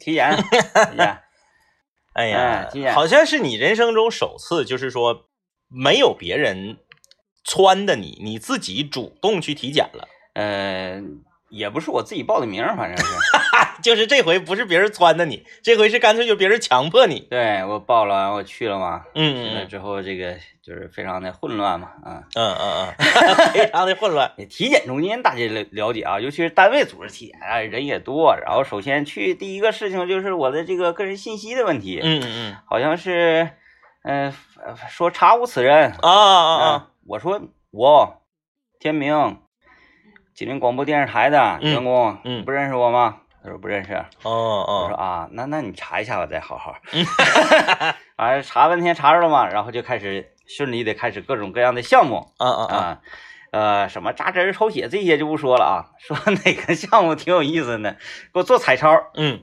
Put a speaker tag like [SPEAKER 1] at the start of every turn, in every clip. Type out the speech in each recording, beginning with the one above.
[SPEAKER 1] 提 眼，提眼，
[SPEAKER 2] 哎呀
[SPEAKER 1] 哎，这样
[SPEAKER 2] 好像是你人生中首次，就是说没有别人撺掇你，你自己主动去体检了。
[SPEAKER 1] 呃，也不是我自己报的名儿，反正 是，
[SPEAKER 2] 就是这回不是别人撺掇你，这回是干脆就别人强迫你。
[SPEAKER 1] 对我报了，完我去了嘛，去了
[SPEAKER 2] 嗯嗯
[SPEAKER 1] 之后这个就是非常的混乱嘛，啊。
[SPEAKER 2] 嗯嗯嗯， 非常的混乱。
[SPEAKER 1] 也体检中间大家了了解啊，尤其是单位组织体检啊，人也多。然后首先去第一个事情就是我的这个个人信息的问题，
[SPEAKER 2] 嗯嗯
[SPEAKER 1] 好像是，呃，说查无此人
[SPEAKER 2] 嗯，啊啊啊，
[SPEAKER 1] 啊，我说我天明，吉林广播电视台的
[SPEAKER 2] 嗯
[SPEAKER 1] 员工，
[SPEAKER 2] 嗯
[SPEAKER 1] 不认识我吗？他说不认识。
[SPEAKER 2] 哦
[SPEAKER 1] 我说
[SPEAKER 2] 哦，
[SPEAKER 1] 啊，那那你查一下吧，再好好。
[SPEAKER 2] 嗯
[SPEAKER 1] 啊，查半天查着了嘛，然后就开始顺利的开始各种各样的项目
[SPEAKER 2] 啊啊啊，
[SPEAKER 1] 啊，呃，什么扎针儿、抽血这些就不说了啊，说哪个项目挺有意思呢？给我做彩超，
[SPEAKER 2] 嗯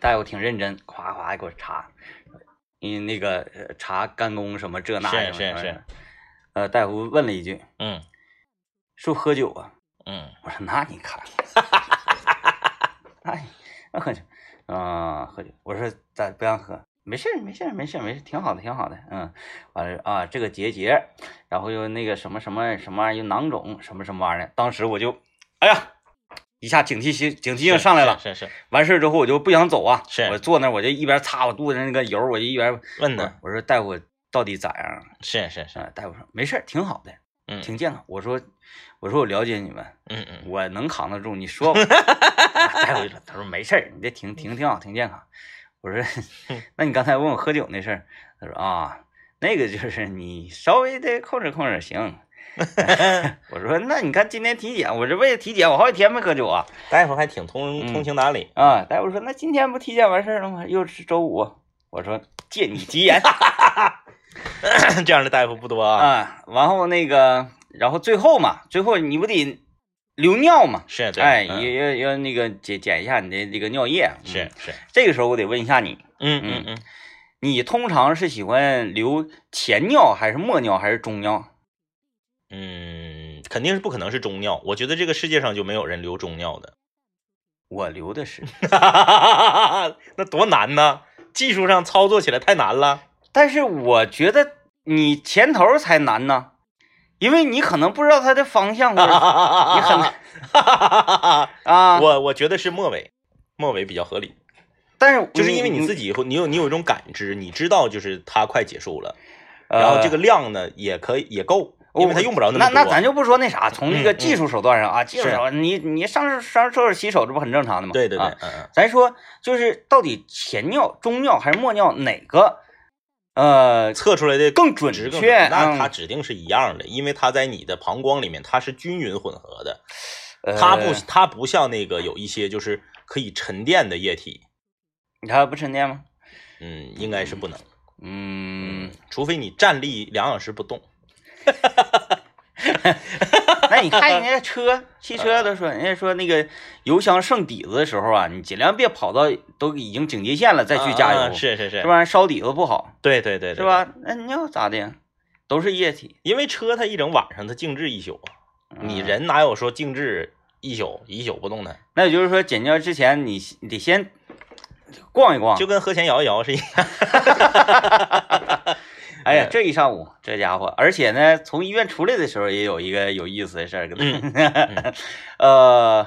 [SPEAKER 1] 大夫挺认真，夸夸给我查，你那个呃查肝功什么这那
[SPEAKER 2] 是
[SPEAKER 1] 的
[SPEAKER 2] 是是，
[SPEAKER 1] 呃，大夫问了一句，
[SPEAKER 2] 嗯
[SPEAKER 1] 是不是喝酒啊？
[SPEAKER 2] 嗯
[SPEAKER 1] 我说那你 看，哎，那喝酒，啊、喝酒。我说咋不让喝？没事儿，没事儿，没事儿，没事儿，挺好的，挺好的。嗯，完了啊，这个结节，然后又那个什么什么什么玩意儿，又囊肿什么什么玩意儿。当时我就，哎呀，一下警惕心警惕性上来了。
[SPEAKER 2] 是是，是
[SPEAKER 1] 完事儿之后我就不想走啊，
[SPEAKER 2] 是嗯
[SPEAKER 1] 我坐那儿我就一边擦我肚子那个油，我就一边
[SPEAKER 2] 问
[SPEAKER 1] 我
[SPEAKER 2] 呢，
[SPEAKER 1] 我说大夫到底咋样
[SPEAKER 2] 是是是，
[SPEAKER 1] 啊？大夫说没事儿，挺好的，
[SPEAKER 2] 嗯
[SPEAKER 1] 挺健康。我说我说我了解你们，
[SPEAKER 2] 嗯嗯
[SPEAKER 1] 我能扛得住，你说 吧。大夫就说：“他说没事儿，你这挺挺挺好，挺健康。”我说：“ 那你刚才问我喝酒那事儿，他说啊，那个就是你稍微的控制控制行。
[SPEAKER 2] 嗯，
[SPEAKER 1] 我说那你看今天体检，我这为了体检，我好几天没喝酒啊
[SPEAKER 2] 大夫还挺通通情达理。
[SPEAKER 1] 啊！大夫说那今天不体检完事儿了吗？又是周五，我说借你吉言
[SPEAKER 2] 这样的大夫不多啊。
[SPEAKER 1] 啊。然后那个，然后最后嘛，最后你不得留尿嘛？
[SPEAKER 2] 是，对
[SPEAKER 1] 哎，要
[SPEAKER 2] 嗯
[SPEAKER 1] 要要那个检检一下你的这个尿液。嗯
[SPEAKER 2] 是是，
[SPEAKER 1] 这个时候我得问一下你，
[SPEAKER 2] 嗯嗯嗯，
[SPEAKER 1] 你通常是喜欢留前尿还是末尿还是中尿？
[SPEAKER 2] 嗯，肯定是不可能是中尿，我觉得这个世界上就没有人留中尿的，
[SPEAKER 1] 我留的是，
[SPEAKER 2] 那多难呢？技术上操作起来太难了。
[SPEAKER 1] 但是我觉得你前头才难呢，因为你可能不知道它的方向或者
[SPEAKER 2] 你很，
[SPEAKER 1] 啊，
[SPEAKER 2] 我我觉得是末尾，末尾比较合理，
[SPEAKER 1] 但是
[SPEAKER 2] 就是因为你
[SPEAKER 1] 你
[SPEAKER 2] 自己会，你有你有一种感知，你知道就是它快结束了，
[SPEAKER 1] 呃
[SPEAKER 2] 然后这个量呢也可以也够，
[SPEAKER 1] 我
[SPEAKER 2] 因为它用不着
[SPEAKER 1] 那
[SPEAKER 2] 么多。
[SPEAKER 1] 那咱就不说那啥，从这个
[SPEAKER 2] 嗯嗯
[SPEAKER 1] 技术手段上啊，技术
[SPEAKER 2] 是
[SPEAKER 1] 手段你你上上厕所洗手这不很正常的吗？
[SPEAKER 2] 对对对，
[SPEAKER 1] 啊
[SPEAKER 2] 嗯嗯
[SPEAKER 1] 咱说就是到底前尿、中尿还是末尿哪个，呃，
[SPEAKER 2] 测出来的
[SPEAKER 1] 更准确？
[SPEAKER 2] 值更准那它
[SPEAKER 1] 嗯
[SPEAKER 2] 指定是一样的，因为它在你的膀胱里面它是均匀混合的，它不
[SPEAKER 1] 呃
[SPEAKER 2] 它不像那个有一些就是可以沉淀的液体，
[SPEAKER 1] 你看不沉淀吗？
[SPEAKER 2] 嗯，应该是不能，
[SPEAKER 1] 嗯，，
[SPEAKER 2] 除非你站立两小时不动，
[SPEAKER 1] 那你看人家车，汽车都说，人家说那个油箱剩底子的时候啊，你尽量别跑到都已经警戒线了再去加油，
[SPEAKER 2] 啊是是是，
[SPEAKER 1] 这？玩意儿烧底子不好，
[SPEAKER 2] 对对对，对
[SPEAKER 1] 是？吧？那你要咋的呀？都是液体，
[SPEAKER 2] 因为车它一整晚上它静置一宿啊，你人哪有说静置一宿一宿不动的？
[SPEAKER 1] 那也就是说，减尿之前你你得先逛一逛
[SPEAKER 2] 就。跟和弦摇一摇是一样。
[SPEAKER 1] 哎呀，这一上午，这家伙，而且呢，从医院出来的时候也有一个有意思的事儿，跟
[SPEAKER 2] 嗯
[SPEAKER 1] 他， 呃，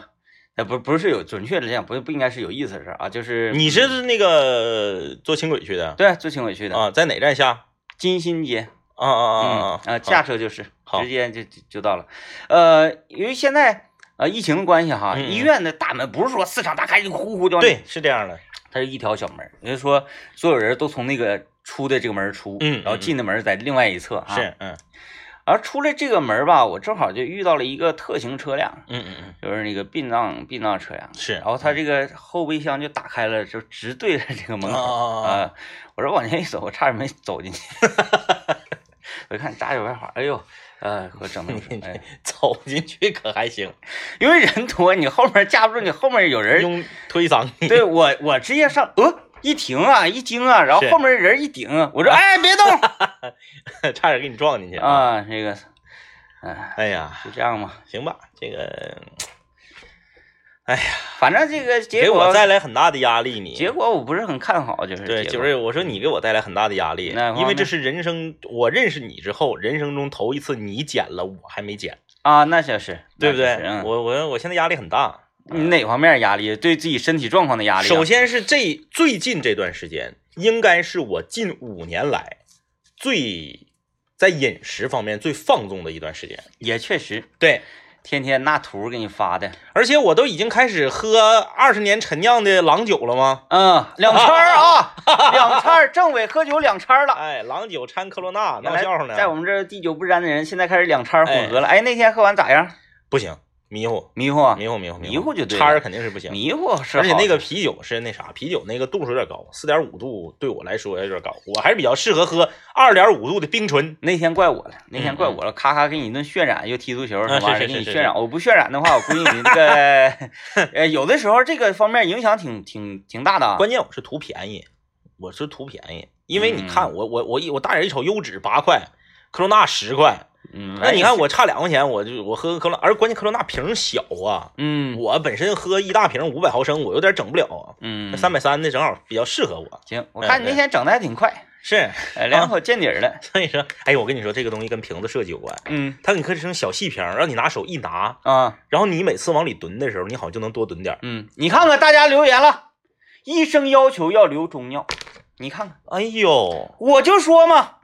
[SPEAKER 1] 呃，不不是有准确的讲，不不应该是有意思的事儿啊，就是
[SPEAKER 2] 你是那个坐轻轨去的
[SPEAKER 1] 对最轻委屈的
[SPEAKER 2] 啊？在哪站下？
[SPEAKER 1] 金新街，
[SPEAKER 2] 啊啊啊
[SPEAKER 1] 嗯
[SPEAKER 2] 啊
[SPEAKER 1] 呃，驾车就是
[SPEAKER 2] 好
[SPEAKER 1] 直接就就就到了，呃，因为现在呃疫情的关系哈，
[SPEAKER 2] 嗯嗯
[SPEAKER 1] 医院的大门不是说四敞大开就呼呼就往里，
[SPEAKER 2] 对，是这样的。
[SPEAKER 1] 它是一条小门儿，也就是说所有人都从那个出的这个门儿出，
[SPEAKER 2] 嗯嗯
[SPEAKER 1] 然后进的门儿在另外一侧啊，，
[SPEAKER 2] 是，嗯
[SPEAKER 1] 然后出来这个门儿吧，我正好就遇到了一个特型车辆，
[SPEAKER 2] 嗯嗯嗯，
[SPEAKER 1] 就是那个殡葬殡葬车辆，
[SPEAKER 2] 是。
[SPEAKER 1] 然后他这个后备箱就打开了，就直对着这个门口
[SPEAKER 2] 啊啊啊
[SPEAKER 1] 啊！我说往前一走，我差点没走进去。 我一看扎有外环，哎呦，呃，给我整的， 哎，
[SPEAKER 2] 走进去可还行，
[SPEAKER 1] 因为人多，你后面架不住，你后面有人。
[SPEAKER 2] 用推搡你。
[SPEAKER 1] 对我，我直接上，呃，一停啊，一惊啊，然后
[SPEAKER 2] 是啊
[SPEAKER 1] 后面人一顶，我说，哎， 别动
[SPEAKER 2] 差点给你撞进去！
[SPEAKER 1] 啊，这个，哎，
[SPEAKER 2] 哎呀，
[SPEAKER 1] 就这样吧。
[SPEAKER 2] 行吧，这个，哎呀，
[SPEAKER 1] 反正这个结
[SPEAKER 2] 给
[SPEAKER 1] 果
[SPEAKER 2] 我带来很大的压力你。
[SPEAKER 1] 结果我不是很看好，就是
[SPEAKER 2] 对，
[SPEAKER 1] 结
[SPEAKER 2] 就
[SPEAKER 1] 果
[SPEAKER 2] 是我说你给我带来很大的压力
[SPEAKER 1] 那方，面
[SPEAKER 2] 因为这是人生，我认识你之后，人生中头一次你减了，我还没减，
[SPEAKER 1] 啊，那就是
[SPEAKER 2] 对不
[SPEAKER 1] 那
[SPEAKER 2] 对
[SPEAKER 1] 就是？嗯，
[SPEAKER 2] 我我我现在压力很大，
[SPEAKER 1] 你哪方面压力？对自己身体状况的压力啊、
[SPEAKER 2] 首先是这最近这段时间，应该是我近五年来最在饮食方面最放纵的一段时间。
[SPEAKER 1] 也确实，
[SPEAKER 2] 对，
[SPEAKER 1] 天天那图给你发的，
[SPEAKER 2] 而且我都已经开始喝二十年陈酿的郎酒了吗？
[SPEAKER 1] 嗯，两掺儿啊， 两掺儿，政委喝酒两掺儿了。
[SPEAKER 2] 哎，郎酒掺科罗娜，
[SPEAKER 1] 原
[SPEAKER 2] 闹
[SPEAKER 1] 来
[SPEAKER 2] 笑话呢。
[SPEAKER 1] 在我们这儿滴酒不沾的人，现在开始两掺儿混合了。哎，那天喝完咋样？
[SPEAKER 2] 不行，迷糊，
[SPEAKER 1] 迷糊啊，
[SPEAKER 2] 迷糊，迷糊，
[SPEAKER 1] 迷糊就对了
[SPEAKER 2] 叉儿肯定是不行。
[SPEAKER 1] 迷糊是好
[SPEAKER 2] 而
[SPEAKER 1] 的，
[SPEAKER 2] 且那个啤酒是那啥，啤酒那个度数有点高，四点五度对我来说有点高，我还是比较适合喝二点五度的冰醇。
[SPEAKER 1] 那天怪我了，那天
[SPEAKER 2] 嗯
[SPEAKER 1] 怪我了，咔咔给你一顿渲染，又踢足球什么玩意
[SPEAKER 2] 啊
[SPEAKER 1] 儿
[SPEAKER 2] 是是
[SPEAKER 1] 给你
[SPEAKER 2] 是
[SPEAKER 1] 渲
[SPEAKER 2] 是
[SPEAKER 1] 染。我不渲染的话，我估计你 这个呃，有的时候这个方面影响挺挺挺大的啊。
[SPEAKER 2] 关键我是图便宜，我是图便宜，因为你
[SPEAKER 1] 嗯
[SPEAKER 2] 看我我我一我大眼一瞅，优质八块，科罗娜十块，
[SPEAKER 1] 嗯，
[SPEAKER 2] 那你
[SPEAKER 1] 哎
[SPEAKER 2] 看我差两块钱，我就我喝个科罗娜，而关键科罗娜瓶儿小啊，
[SPEAKER 1] 嗯
[SPEAKER 2] 我本身喝一大瓶五百毫升，我有点整不了啊，
[SPEAKER 1] 嗯，
[SPEAKER 2] 三百三的正好比较适合我，
[SPEAKER 1] 行，我
[SPEAKER 2] 哎
[SPEAKER 1] 看你那
[SPEAKER 2] 对
[SPEAKER 1] 天整的还挺快，
[SPEAKER 2] 是，
[SPEAKER 1] 哎，两口见底儿了。
[SPEAKER 2] 所以说，哎，我跟你说这个东西跟瓶子设计有关，
[SPEAKER 1] 嗯
[SPEAKER 2] 它给你刻成小细瓶儿，让你拿手一拿，
[SPEAKER 1] 啊
[SPEAKER 2] 然后你每次往里蹲的时候，你好像就能多蹲点儿。
[SPEAKER 1] 嗯，你看看大家留言了，医生要求要留中尿，你看看，
[SPEAKER 2] 哎呦，
[SPEAKER 1] 我就说嘛，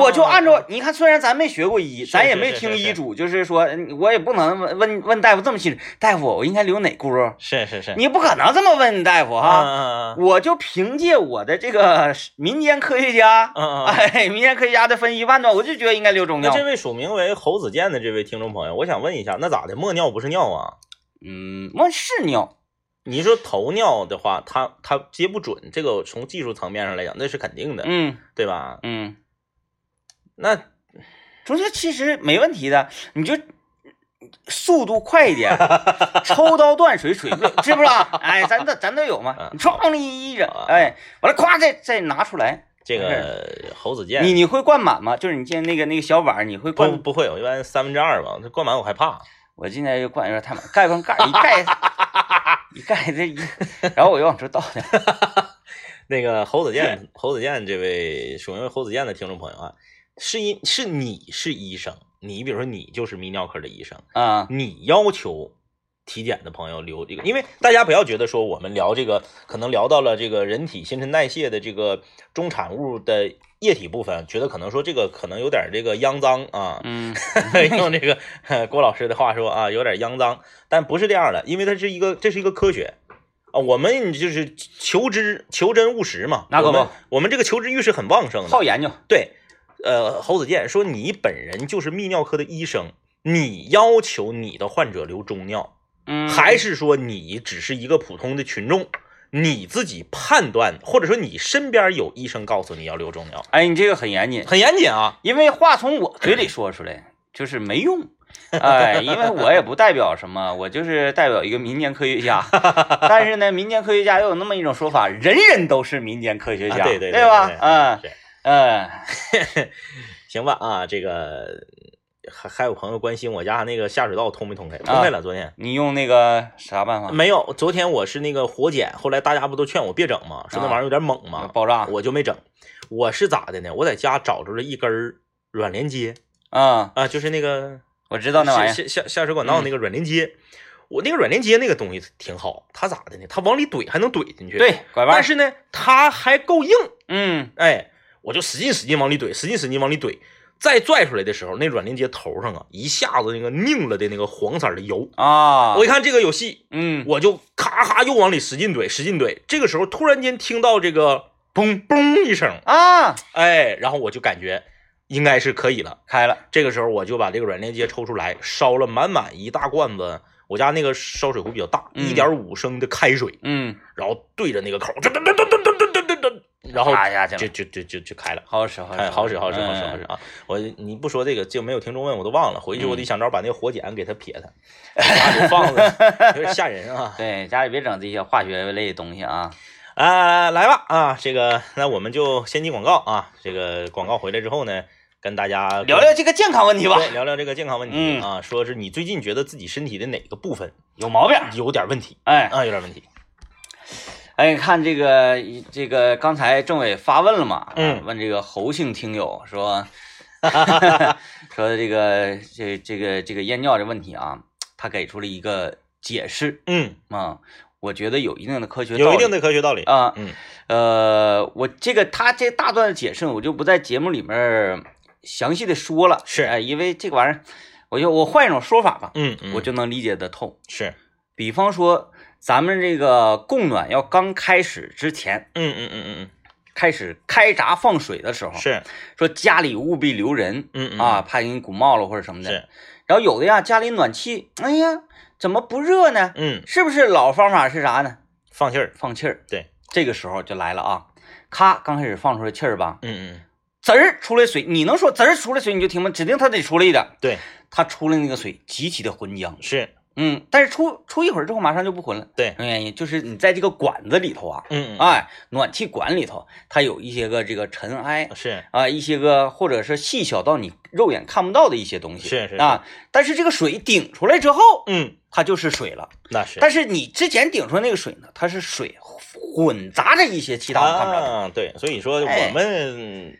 [SPEAKER 1] 我就按
[SPEAKER 2] 照
[SPEAKER 1] 照你看，虽然咱没学过医，
[SPEAKER 2] 嗯是
[SPEAKER 1] 咱也
[SPEAKER 2] 是
[SPEAKER 1] 没
[SPEAKER 2] 是
[SPEAKER 1] 听
[SPEAKER 2] 是
[SPEAKER 1] 医
[SPEAKER 2] 是
[SPEAKER 1] 嘱，就是说嗯我也不能问问问大夫这么细致，大夫我应该留哪轱？
[SPEAKER 2] 是是是，
[SPEAKER 1] 你不可能这么问大夫哈。
[SPEAKER 2] 啊嗯
[SPEAKER 1] 我就凭借我的这个民间科学家，
[SPEAKER 2] 嗯 嗯。
[SPEAKER 1] 哎，民间科学家的分析判断，我就觉得应该留中
[SPEAKER 2] 那
[SPEAKER 1] 尿
[SPEAKER 2] 这。位署名为侯子健的这位听众朋友，我想问一下，那咋的？默尿不是尿啊？
[SPEAKER 1] 嗯，那是尿，
[SPEAKER 2] 你说头尿的话，他他接不准，这个从技术层面上来讲，那是肯定的，
[SPEAKER 1] 嗯
[SPEAKER 2] 对吧？
[SPEAKER 1] 嗯，
[SPEAKER 2] 那
[SPEAKER 1] 不是，其实没问题的，你就速度快一 点，抽刀断水，水不知不知道？哎，咱都咱都有嘛，
[SPEAKER 2] 嗯
[SPEAKER 1] 你冲你一整
[SPEAKER 2] 啊，
[SPEAKER 1] 哎，完了，咵再再拿出来，
[SPEAKER 2] 这个侯子健，
[SPEAKER 1] 你你会灌满吗？就是你见那个那个小碗儿，你会
[SPEAKER 2] 不
[SPEAKER 1] 灌？
[SPEAKER 2] 不会，我一般三分之二吧，这灌满我害怕。
[SPEAKER 1] 我今天就灌有点太满，盖罐盖儿一盖，一盖这一， 然后我又往出倒点儿，
[SPEAKER 2] 那个侯子健，侯子健这位署名为侯子健的听众朋友啊，是因是你是医生，你比如说你就是泌尿科的医生，
[SPEAKER 1] 啊，
[SPEAKER 2] 你要求体检的朋友留这个，因为大家不要觉得说我们聊这个，可能聊到了这个人体新陈代谢的这个中产物的液体部分，觉得可能说这个可能有点这个肮脏啊，
[SPEAKER 1] 嗯
[SPEAKER 2] 用这个呃郭老师的话说啊，有点肮脏，但不是这样的，因为它是一个这是一个科学。啊，我们就是求知求真务实嘛，
[SPEAKER 1] 那可
[SPEAKER 2] 我
[SPEAKER 1] 不
[SPEAKER 2] 们我们这个求知欲是很旺盛的，
[SPEAKER 1] 好研究，
[SPEAKER 2] 对，呃，侯子健说你本人就是泌尿科的医生，你要求你的患者留中尿，
[SPEAKER 1] 嗯，
[SPEAKER 2] 还是说你只是一个普通的群众，你自己判断，或者说你身边有医生告诉你要留中尿，
[SPEAKER 1] 哎，你这个很严谨，
[SPEAKER 2] 很严谨啊。
[SPEAKER 1] 因为话从我嘴里说出来就是没用，哎，因为我也不代表什么，我就是代表一个民间科学 家。但是呢，民间科学家又有那么一种说法，人人都是民间科学家，
[SPEAKER 2] 啊对
[SPEAKER 1] 对
[SPEAKER 2] 对对
[SPEAKER 1] 吧
[SPEAKER 2] 对？对
[SPEAKER 1] 嗯
[SPEAKER 2] 对
[SPEAKER 1] 嗯，
[SPEAKER 2] 行吧啊，这个还还有朋友关心我家那个下水道通没通
[SPEAKER 1] 啊
[SPEAKER 2] 开，通开了，昨天。
[SPEAKER 1] 你用那个啥办法？
[SPEAKER 2] 没有，昨天我是那个活检，后来大家不都劝我别整嘛，说那
[SPEAKER 1] 啊
[SPEAKER 2] 玩意儿有点猛嘛，
[SPEAKER 1] 爆炸
[SPEAKER 2] 我就没整。我是咋的呢？我在家找着了一根儿软连接
[SPEAKER 1] 啊、
[SPEAKER 2] 啊，就是那个
[SPEAKER 1] 我知道那玩意
[SPEAKER 2] 下
[SPEAKER 1] 儿，嗯
[SPEAKER 2] 下下下水管道那个软连接。我那个软连接那个东西挺好，它咋的呢？它往里怼还能怼进去，，
[SPEAKER 1] 对，拐弯
[SPEAKER 2] 但
[SPEAKER 1] 儿，
[SPEAKER 2] 是呢，它还够硬，
[SPEAKER 1] 嗯
[SPEAKER 2] 哎，我就使劲使劲往里怼，使劲使劲往里怼。再拽出来的时候，那软连接头上啊，一下子那个拧了的那个黄色儿的油，
[SPEAKER 1] 啊，
[SPEAKER 2] 我一看这个有戏，
[SPEAKER 1] 嗯
[SPEAKER 2] 我就咔咔又往里使劲怼，使劲怼。这个时候突然间听到这个嘣嘣一声，
[SPEAKER 1] 啊，
[SPEAKER 2] 哎，然后我就感觉应该是可以了。
[SPEAKER 1] 开了，
[SPEAKER 2] 这个时候我就把这个软链接抽出来，烧了满满一大罐子。我家那个烧水壶比较大，
[SPEAKER 1] 嗯
[SPEAKER 2] 一点五升的开水，
[SPEAKER 1] 嗯，
[SPEAKER 2] 然后对着那个口，噔噔噔噔噔噔噔噔噔，然后
[SPEAKER 1] 啪一下去了
[SPEAKER 2] 就就就就就开了。
[SPEAKER 1] 好使好使，
[SPEAKER 2] 哎，好使好使好使好使
[SPEAKER 1] 嗯
[SPEAKER 2] 啊！我你不说这个，就没有听众问我都忘了。回去我得想招把那个火碱给它 撇它，家里放着，有点吓人啊。
[SPEAKER 1] 对，家里别整这些化学类的东西啊。
[SPEAKER 2] 啊，来吧啊，这个那我们就先进广告啊，这个广告回来之后呢，跟大家
[SPEAKER 1] 聊聊这个健康问题吧，
[SPEAKER 2] 对聊聊这个健康问题
[SPEAKER 1] 嗯
[SPEAKER 2] 啊，说是你最近觉得自己身体的哪个部分
[SPEAKER 1] 有毛病，
[SPEAKER 2] 有点问题
[SPEAKER 1] 哎，
[SPEAKER 2] 啊，有点问题，
[SPEAKER 1] 哎，看这个这个，刚才政委发问了嘛？啊
[SPEAKER 2] 嗯
[SPEAKER 1] 问这个侯姓听友 说，说这个这这个这个验尿这问题啊，他给出了一个解释
[SPEAKER 2] 嗯，
[SPEAKER 1] 啊、我觉得有一定的科学道理，
[SPEAKER 2] 有一定的科学道理，
[SPEAKER 1] 啊，
[SPEAKER 2] 嗯
[SPEAKER 1] 呃，我这个他这大段的解释，我就不在节目里面详细的说了，
[SPEAKER 2] 是
[SPEAKER 1] 哎，因为这个玩意儿，我就我换一种说法吧，
[SPEAKER 2] 嗯嗯，
[SPEAKER 1] 我就能理解得透。
[SPEAKER 2] 是，
[SPEAKER 1] 比方说，咱们这个供暖要刚开始之前。
[SPEAKER 2] 嗯嗯嗯嗯
[SPEAKER 1] 开始开闸放水的时候
[SPEAKER 2] 嗯，，是，
[SPEAKER 1] 说家里务必留人
[SPEAKER 2] 嗯嗯
[SPEAKER 1] 啊，，怕给你鼓冒了或者什么的
[SPEAKER 2] 是。
[SPEAKER 1] 然后有的呀，家里暖气，哎呀，怎么不热呢？
[SPEAKER 2] 嗯，
[SPEAKER 1] 是不是老方法是啥呢？
[SPEAKER 2] 放气儿，
[SPEAKER 1] 放气儿。
[SPEAKER 2] 对，
[SPEAKER 1] 这个时候就来了啊，咔，刚开始放出来气儿吧，
[SPEAKER 2] 嗯嗯，
[SPEAKER 1] 滋儿出来水，你能说滋儿出来水你就停吗？指定它得出来一点。
[SPEAKER 2] 对，
[SPEAKER 1] 它出来那个水极其的浑浆，
[SPEAKER 2] 是，
[SPEAKER 1] 嗯，但是出出一会儿之后马上就不浑了。
[SPEAKER 2] 对
[SPEAKER 1] 什么原因？就是你在这个管子里头啊，
[SPEAKER 2] 嗯嗯，
[SPEAKER 1] 哎，暖气管里头它有一些个这个尘埃，
[SPEAKER 2] 是，
[SPEAKER 1] 啊，一些个或者是细小到你肉眼看不到的一些东西，
[SPEAKER 2] 是是
[SPEAKER 1] 啊。但是这个水顶出来之后，
[SPEAKER 2] 嗯，
[SPEAKER 1] 它就是水了。
[SPEAKER 2] 那是，
[SPEAKER 1] 但是你之前顶出来那个水呢，它是水混杂着一些其他我看不着的。
[SPEAKER 2] 啊，对，所以说
[SPEAKER 1] 哎
[SPEAKER 2] 我们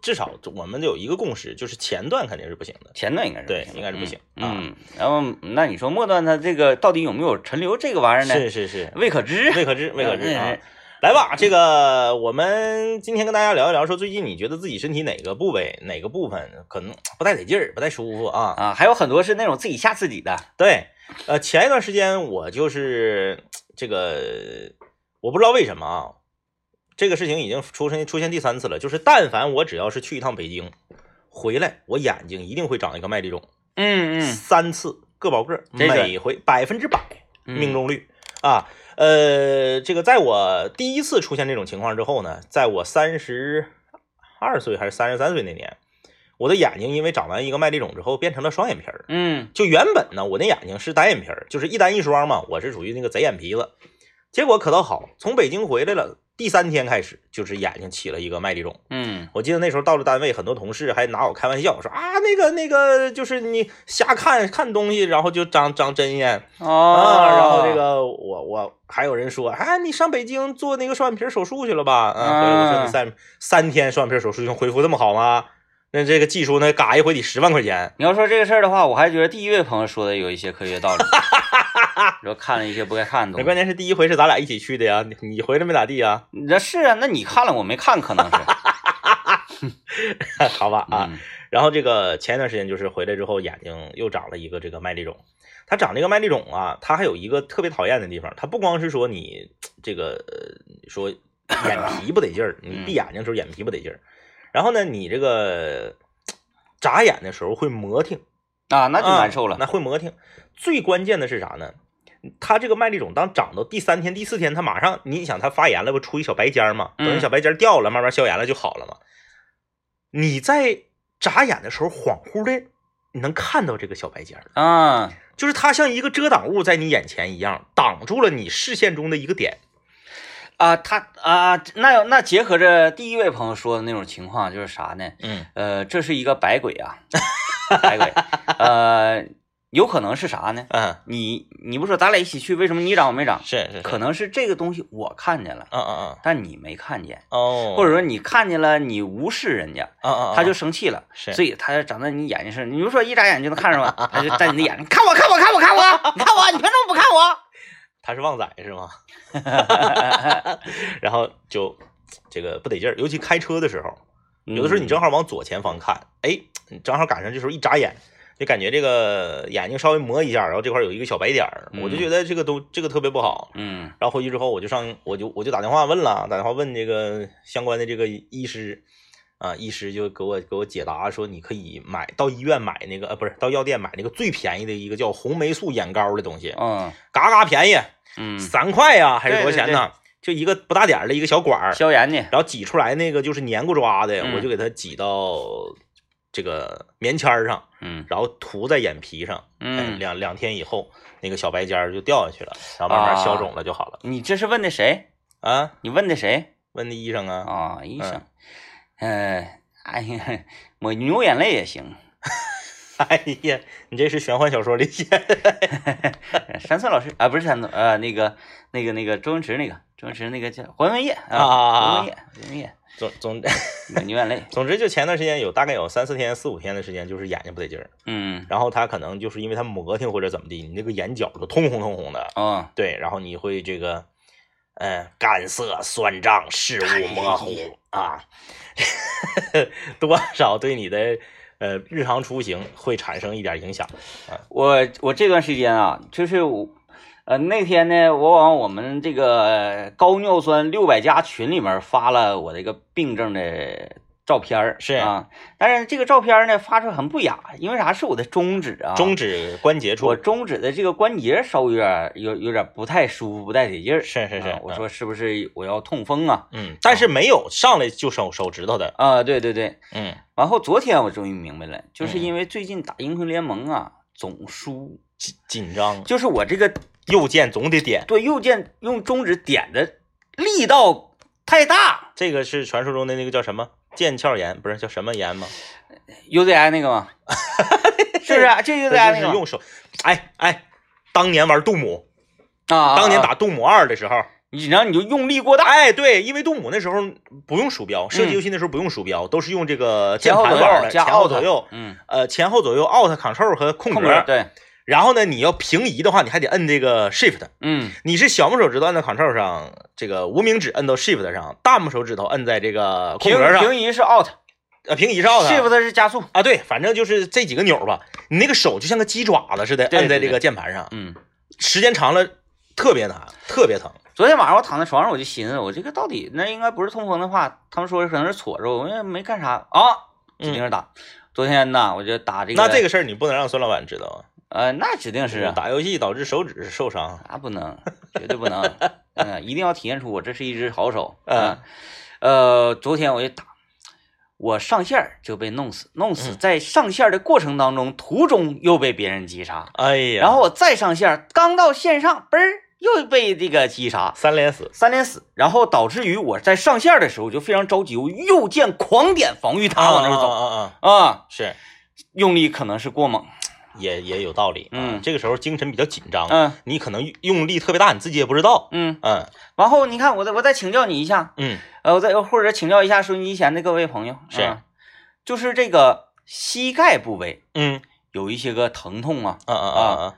[SPEAKER 2] 至少我们有一个共识，就是前段肯定是不行的，
[SPEAKER 1] 前段应该是不
[SPEAKER 2] 对
[SPEAKER 1] 行的
[SPEAKER 2] 应该是不行啊
[SPEAKER 1] 嗯，嗯然后那你说末段它这个到底有没有尘流这个玩意儿呢？
[SPEAKER 2] 是是是，
[SPEAKER 1] 未可知。
[SPEAKER 2] 未可知，未可知
[SPEAKER 1] 嗯
[SPEAKER 2] 啊
[SPEAKER 1] 嗯。
[SPEAKER 2] 来吧，这个我们今天跟大家聊一聊，说最近你觉得自己身体哪个部位、哪个部分可能不太得劲儿、不太舒服啊？
[SPEAKER 1] 啊，还有很多是那种自己吓自己的。
[SPEAKER 2] 对，呃，前一段时间我就是这个，我不知道为什么啊，这个事情已经出现出现第三次了，就是但凡我只要是去一趟北京，回来我眼睛一定会长一个麦粒肿，
[SPEAKER 1] 嗯嗯，
[SPEAKER 2] 三次个保个，
[SPEAKER 1] 这个
[SPEAKER 2] 每回百分之百
[SPEAKER 1] 嗯
[SPEAKER 2] 命中率、啊。呃，这个在我第一次出现这种情况之后呢，在我三十二岁还是三十三岁那年，我的眼睛因为长完一个麦粒肿之后变成了双眼皮儿。
[SPEAKER 1] 嗯
[SPEAKER 2] 就原本呢，我那眼睛是单眼皮儿，就是一单一双嘛，我是属于那个贼眼皮子。结果可倒好，从北京回来了，第三天开始就是眼睛起了一个麦粒肿。
[SPEAKER 1] 嗯
[SPEAKER 2] 我记得那时候到了单位，很多同事还拿我开玩笑说啊，那个那个就是你瞎看看东西，然后就长长针眼
[SPEAKER 1] 哦
[SPEAKER 2] 啊。然后这个我我还有人说，啊，你上北京做那个双眼皮儿手术去了吧？啊，回来我说
[SPEAKER 1] 啊
[SPEAKER 2] 那三三天双眼皮儿手术能恢复这么好吗？那这个技术呢，嘎一回得十万块钱。
[SPEAKER 1] 你要说这个事儿的话，我还觉得第一位朋友说的有一些科学 道理，说看了一些不该看的东
[SPEAKER 2] 那关
[SPEAKER 1] 西。
[SPEAKER 2] 键是第一回是咱俩一起去的呀，你你回来没咋地呀？
[SPEAKER 1] 你这是啊，那你看了我没看，可能是
[SPEAKER 2] 好吧啊。
[SPEAKER 1] 嗯
[SPEAKER 2] 然后这个前一段时间就是回来之后眼睛又长了一个这个麦粒肿，它长这个麦粒肿啊，它还有一个特别讨厌的地方，它不光是说你这个呃说眼皮不得劲儿，你闭眼睛的时候眼皮不得劲儿，然后呢你这个眨眼的时候会磨挺，
[SPEAKER 1] 啊，那就
[SPEAKER 2] 啊
[SPEAKER 1] 难受了。
[SPEAKER 2] 那会磨挺。最关键的是啥呢？它这个麦粒肿当长到第三天、第四天，它马上你想它发炎了，不出一小白尖儿嘛？
[SPEAKER 1] 嗯
[SPEAKER 2] 等小白尖儿掉了，慢慢消炎了就好了嘛。你在眨眼的时候，恍惚的你能看到这个小白尖儿，
[SPEAKER 1] 啊，
[SPEAKER 2] 就是它像一个遮挡物在你眼前一样，挡住了你视线中的一个点。
[SPEAKER 1] 啊，他啊，那那结合着第一位朋友说的那种情况，就是啥呢？
[SPEAKER 2] 嗯
[SPEAKER 1] 呃，这是一个百鬼啊， 百鬼，呃，有可能是啥呢？
[SPEAKER 2] 嗯，
[SPEAKER 1] 你你不说咱俩一起去，为什么你长我没长？
[SPEAKER 2] 是是
[SPEAKER 1] 可能是这个东西我看见了，
[SPEAKER 2] 嗯嗯嗯，
[SPEAKER 1] 但你没看见，
[SPEAKER 2] 哦，
[SPEAKER 1] 或者说你看见了，你无视人家，
[SPEAKER 2] 嗯嗯，
[SPEAKER 1] 他就生气了，
[SPEAKER 2] 是
[SPEAKER 1] 所以他长在你眼睛上，你就说一眨眼就能看上吗？他 就在你的眼睛看我，看我，看我，看我，你看我，你凭什么不看我？
[SPEAKER 2] 他是旺仔是吗？然后就这个不得劲儿，尤其开车的时候，有的时候
[SPEAKER 1] 嗯
[SPEAKER 2] 你正好往左前方看，哎，你正好赶上这时候一眨眼，就感觉这个眼睛稍微磨一下，然后这块儿有一个小白点儿，我就
[SPEAKER 1] 嗯
[SPEAKER 2] 觉得这个都这个特别不好。
[SPEAKER 1] 嗯
[SPEAKER 2] 然后回去之后，我就上我就我就打电话问了，打电话问这个相关的这个医师。啊，医师就给我给我解答说，你可以买到医院买那个呃，不是到药店买那个最便宜的一个叫红霉素眼膏的东西，
[SPEAKER 1] 嗯
[SPEAKER 2] 嘎嘎便宜，
[SPEAKER 1] 嗯，
[SPEAKER 2] 三块呀、还是多少
[SPEAKER 1] 对对
[SPEAKER 2] 钱呢？就一个不大点儿的一个小管儿，
[SPEAKER 1] 消炎的，
[SPEAKER 2] 然后挤出来那个就是黏糊抓的，
[SPEAKER 1] 嗯
[SPEAKER 2] 我就给它挤到这个棉签儿上，
[SPEAKER 1] 嗯
[SPEAKER 2] 然后涂在眼皮上。哎
[SPEAKER 1] 嗯，啊
[SPEAKER 2] 两两天以后，那个小白尖儿就掉下去了，然后慢慢消肿了就好了。
[SPEAKER 1] 嗯你这是问的谁？
[SPEAKER 2] 啊
[SPEAKER 1] 你问的谁？
[SPEAKER 2] 问那医生啊，
[SPEAKER 1] 呃啊，医生，嗯，哎呀，抹牛眼泪也行。
[SPEAKER 2] 哎呀，你这是玄幻小说里写的。
[SPEAKER 1] 山村老师啊，不是山村，呃，那个那个那个周星驰那个周星驰那个叫黄文烨
[SPEAKER 2] 啊
[SPEAKER 1] 啊，黄文烨，黄文烨
[SPEAKER 2] 总总
[SPEAKER 1] 抹牛眼泪，
[SPEAKER 2] 总之，就前段时间有大概有三四天、四五天的时间，就是眼睛不得劲儿。
[SPEAKER 1] 嗯，
[SPEAKER 2] 然后他可能就是因为他磨挺或者怎么地，你那个眼角都通红通红的。
[SPEAKER 1] 哦，
[SPEAKER 2] 对，然后你会这个，嗯、干涩、酸胀、视物模糊啊，多少对你的呃日常出行会产生一点影响。
[SPEAKER 1] 我我这段时间啊，就是我，呃，那天呢，我往我们这个高尿酸六百加群里面发了我这个病症的照片儿
[SPEAKER 2] 是
[SPEAKER 1] 啊，但是这个照片儿呢发出来很不雅，因为啥？是我的中指啊，
[SPEAKER 2] 中指关节处
[SPEAKER 1] 我中指的这个关节稍微有点有有点不太舒服，不太得劲儿。
[SPEAKER 2] 是是是
[SPEAKER 1] 啊我说是不是我要痛风啊？
[SPEAKER 2] 嗯，但是没有上来就手手指头的，
[SPEAKER 1] 啊，对对对。
[SPEAKER 2] 嗯，
[SPEAKER 1] 然后昨天我终于明白了，就是
[SPEAKER 2] 嗯
[SPEAKER 1] 因为最近打英雄联盟啊总输，
[SPEAKER 2] 紧紧张，
[SPEAKER 1] 就是我这个
[SPEAKER 2] 右键总得点，
[SPEAKER 1] 对右键用中指点的力道太大
[SPEAKER 2] 这个是传说中的那个叫什么腱鞘炎，不是叫什么炎吗？
[SPEAKER 1] ，UZI 那个 吗？是不是啊？这 UZI
[SPEAKER 2] 这就
[SPEAKER 1] 那
[SPEAKER 2] 是
[SPEAKER 1] 个吗
[SPEAKER 2] 用手，哎哎，当年玩杜姆，
[SPEAKER 1] 啊啊，啊
[SPEAKER 2] 当年打杜姆二的时候，
[SPEAKER 1] 你然后你就用力 过大，
[SPEAKER 2] 哎，对，因为杜姆那时候不用鼠标，射击
[SPEAKER 1] 嗯
[SPEAKER 2] 游戏那时候不用鼠标，都是用这个键
[SPEAKER 1] 前后
[SPEAKER 2] 盘
[SPEAKER 1] 左
[SPEAKER 2] 玩
[SPEAKER 1] 右
[SPEAKER 2] 的，
[SPEAKER 1] 加
[SPEAKER 2] 前后
[SPEAKER 1] Alt，
[SPEAKER 2] 左右，
[SPEAKER 1] 嗯，
[SPEAKER 2] 呃，前后左右 Alt、Ctrl 和空
[SPEAKER 1] 空
[SPEAKER 2] 格。
[SPEAKER 1] 格对，
[SPEAKER 2] 然后呢，你要平移的话，你还得摁这个 Shift。
[SPEAKER 1] 嗯
[SPEAKER 2] 你是小拇手指头摁到 Ctrl 上，这个无名指摁到 Shift 上，大拇手指头摁在这个空
[SPEAKER 1] 平
[SPEAKER 2] 格上，
[SPEAKER 1] 平移是 out，
[SPEAKER 2] 呃，平移是 Alt 啊。
[SPEAKER 1] shift 是加速，
[SPEAKER 2] 啊，对，反正就是这几个钮儿吧。你那个手就像个鸡爪子似的，
[SPEAKER 1] 对
[SPEAKER 2] 摁在
[SPEAKER 1] 对
[SPEAKER 2] 这个键盘上，
[SPEAKER 1] 嗯。
[SPEAKER 2] 时间长了特别难，特别疼。
[SPEAKER 1] 昨天晚上我躺在床上，我就寻思，我这个到底那应该不是痛风的话，他们说可能是痤着，我也没干啥啊，指定是打。昨天呢，我就打这个，
[SPEAKER 2] 嗯那这个事儿你不能让孙老板知道啊。
[SPEAKER 1] 呃，那指定是啊，
[SPEAKER 2] 打游戏导致手指受伤。
[SPEAKER 1] 那不能，绝对不能，嗯，一定要体现出我这是一只好手。
[SPEAKER 2] 嗯
[SPEAKER 1] 呃，呃，昨天我就打，我上线儿就被弄死，弄
[SPEAKER 2] 嗯
[SPEAKER 1] 死在上线儿的过程当中，途中又被别人击杀，
[SPEAKER 2] 哎呀，
[SPEAKER 1] 然后我再上线儿，刚到线上，嘣儿又被这个击杀，
[SPEAKER 2] 三连死，
[SPEAKER 1] 三连死，然后导致于我在上线的时候就非常着急，我右键狂点防御塔往那儿走
[SPEAKER 2] 啊啊，
[SPEAKER 1] 啊，
[SPEAKER 2] 是
[SPEAKER 1] 用力可能是过猛，
[SPEAKER 2] 也也有道理。
[SPEAKER 1] 嗯
[SPEAKER 2] 啊这个时候精神比较紧张，
[SPEAKER 1] 嗯
[SPEAKER 2] 你可能用力特别大，你自己也不知道。
[SPEAKER 1] 嗯，
[SPEAKER 2] 嗯
[SPEAKER 1] 然后你看我再我再请教你一下，
[SPEAKER 2] 嗯，
[SPEAKER 1] 呃，我再或者请教一下收音机前的各位朋友，
[SPEAKER 2] 是
[SPEAKER 1] 啊就是这个膝盖部位
[SPEAKER 2] 嗯
[SPEAKER 1] 有一些个疼痛啊，
[SPEAKER 2] 啊啊啊啊，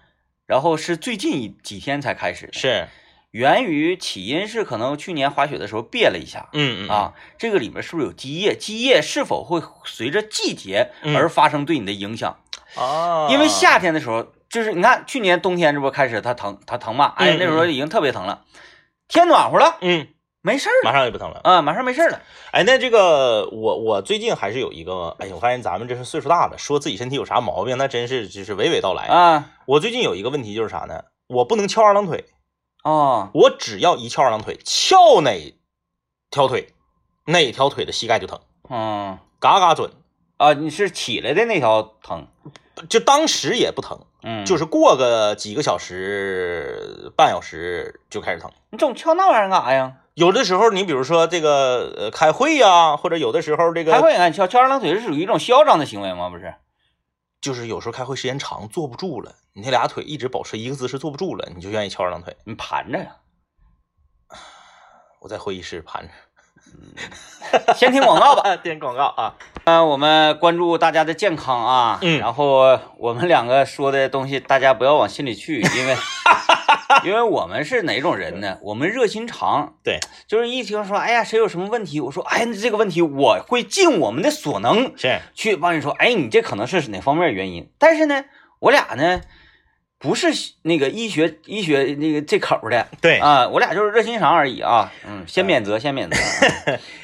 [SPEAKER 1] 然后是最近一几天才开始的，
[SPEAKER 2] 是，
[SPEAKER 1] 源于起因是可能去年滑雪的时候别了一下。
[SPEAKER 2] 嗯嗯，
[SPEAKER 1] 啊，这个里面是不是有积液？积液是否会随着季节
[SPEAKER 2] 嗯
[SPEAKER 1] 而发生对你的影响？
[SPEAKER 2] 啊，
[SPEAKER 1] 因为夏天的时候，就是你看去年冬天这不开始它疼它疼嘛，哎
[SPEAKER 2] 嗯嗯，
[SPEAKER 1] 那时候已经特别疼了。天暖和了，
[SPEAKER 2] 嗯，
[SPEAKER 1] 没事儿了
[SPEAKER 2] 马上就不疼了。
[SPEAKER 1] 啊，马上没事儿了。
[SPEAKER 2] 哎，那这个我我最近还是有一个，哎，我发现咱们这是岁数大了，说自己身体有啥毛病，那真是就是娓娓道来。
[SPEAKER 1] 啊。
[SPEAKER 2] 我最近有一个问题就是啥呢？我不能翘二郎腿，
[SPEAKER 1] 哦，
[SPEAKER 2] 我只要一翘二郎腿，翘哪条腿，哪条腿的膝盖就疼，
[SPEAKER 1] 嗯，
[SPEAKER 2] 嘎嘎准。
[SPEAKER 1] 啊，你是起来的那条疼，
[SPEAKER 2] 就当时也不疼，
[SPEAKER 1] 嗯，
[SPEAKER 2] 就是是过个几个小时、半小时就开始疼。
[SPEAKER 1] 你总敲那玩意儿干啥呀？
[SPEAKER 2] 有的时候你比如说这个呃开会呀、或者有的时候这
[SPEAKER 1] 开
[SPEAKER 2] 个
[SPEAKER 1] 会你看敲敲二郎腿是属于一种嚣张的行为吗？不是，
[SPEAKER 2] 就是有时候开会时间长坐不住了，你那俩腿一直保持一个姿势坐不住了，你就愿意翘二郎腿。
[SPEAKER 1] 你盘着呀。
[SPEAKER 2] 我在会议室盘着。
[SPEAKER 1] 先听广告 吧。
[SPEAKER 2] 啊，点广告啊，
[SPEAKER 1] 呃，我们关注大家的健康啊，
[SPEAKER 2] 嗯
[SPEAKER 1] 然后我们两个说的东西大家不要往心里去，因 为因为我们是哪种人呢？我们热心肠，
[SPEAKER 2] 对，
[SPEAKER 1] 就是一听说哎呀谁有什么问题，我说哎这个问题我会尽我们的所能
[SPEAKER 2] 是
[SPEAKER 1] 去帮你说，哎你这可能是哪方面原因，但是呢我俩呢不是那个医学医学那个这口的
[SPEAKER 2] 对
[SPEAKER 1] 啊、我俩就是热心肠而已啊，嗯，先
[SPEAKER 2] 哎
[SPEAKER 1] 免责先 免责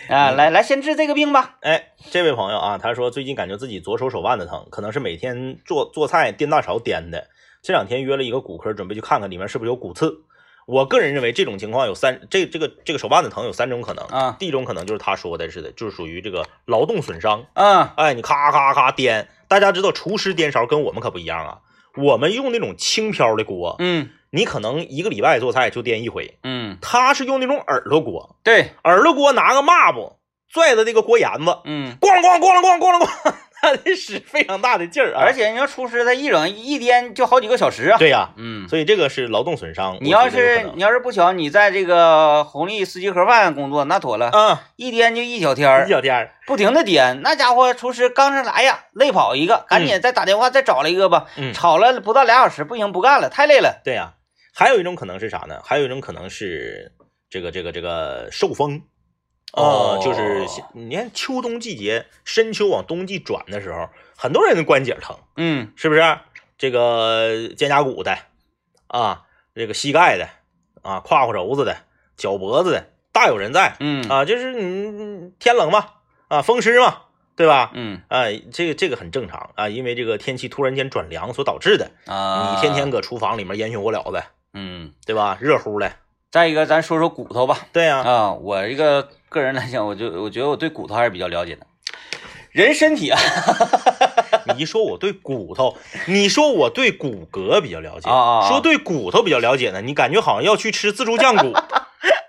[SPEAKER 1] 啊啊，来来先治这个病吧，
[SPEAKER 2] 哎，这位朋友啊，他说最近感觉自己左手手腕子疼，可能是每天做做菜颠大勺颠的。这两天约了一个骨科，准备去看看里面是不是有骨刺。我个人认为这种情况有三，这这个这个手腕子疼有三种可能
[SPEAKER 1] 啊
[SPEAKER 2] 第一种可能就是他说的似的，就是属于这个劳动损伤。
[SPEAKER 1] 嗯。
[SPEAKER 2] 哎，你咔咔咔颠，大家知道厨师颠勺跟我们可不一样啊，我们用那种轻飘的锅，
[SPEAKER 1] 嗯
[SPEAKER 2] 你可能一个礼拜做菜就颠一回，
[SPEAKER 1] 嗯，
[SPEAKER 2] 他是用那种耳朵锅，
[SPEAKER 1] 对，
[SPEAKER 2] 耳朵锅拿个抹布拽着这个锅沿子，
[SPEAKER 1] 嗯
[SPEAKER 2] 咣啷咣啷咣啷咣啷咣啷咣啷，他得使非常大的劲儿啊。
[SPEAKER 1] 而且你要厨师，他一整一天就好几个小时啊。
[SPEAKER 2] 对呀、
[SPEAKER 1] 嗯，
[SPEAKER 2] 所以这个是劳动损伤。
[SPEAKER 1] 你
[SPEAKER 2] 我
[SPEAKER 1] 要
[SPEAKER 2] 觉得有
[SPEAKER 1] 是
[SPEAKER 2] 可能
[SPEAKER 1] 你要是不巧，你在这个红利司机盒饭工作，那妥了，
[SPEAKER 2] 啊，
[SPEAKER 1] 一颠就一小天儿
[SPEAKER 2] 一，小天儿，
[SPEAKER 1] 不停的颠。那家伙厨师刚上来，哎呀，累跑一个，赶紧再打电话再找了一个吧。
[SPEAKER 2] 嗯
[SPEAKER 1] 吵了不到俩小时，不行，不干了，太累了。
[SPEAKER 2] 对呀、还有一种可能是啥呢？还有一种可能是这个这个这个受风。
[SPEAKER 1] 哦
[SPEAKER 2] 呃就是你看秋冬季节，深秋往冬季转的时候，很多人的关节疼，
[SPEAKER 1] 嗯
[SPEAKER 2] 是不是？这个肩胛骨的啊，这个膝盖的啊，胯骨轴子的，脚脖子的，大有人在
[SPEAKER 1] 嗯
[SPEAKER 2] 啊。就是你天冷嘛，啊，风湿嘛，对吧？
[SPEAKER 1] 嗯
[SPEAKER 2] 啊，这个这个很正常啊，因为这个天气突然间转凉所导致的。
[SPEAKER 1] 啊，
[SPEAKER 2] 你天天搁厨房里面烟熏火燎的，
[SPEAKER 1] 嗯。
[SPEAKER 2] 对吧？热乎的，
[SPEAKER 1] 再一个，咱说说骨头吧。
[SPEAKER 2] 对呀、
[SPEAKER 1] 啊，我一个个人来讲，我就我觉得我对骨头还是比较了解的。人身体啊
[SPEAKER 2] 你一说我对骨头，你说我对骨骼比较了解，
[SPEAKER 1] 啊啊啊
[SPEAKER 2] 说对骨头比较了解呢，你感觉好像要去吃自助酱骨，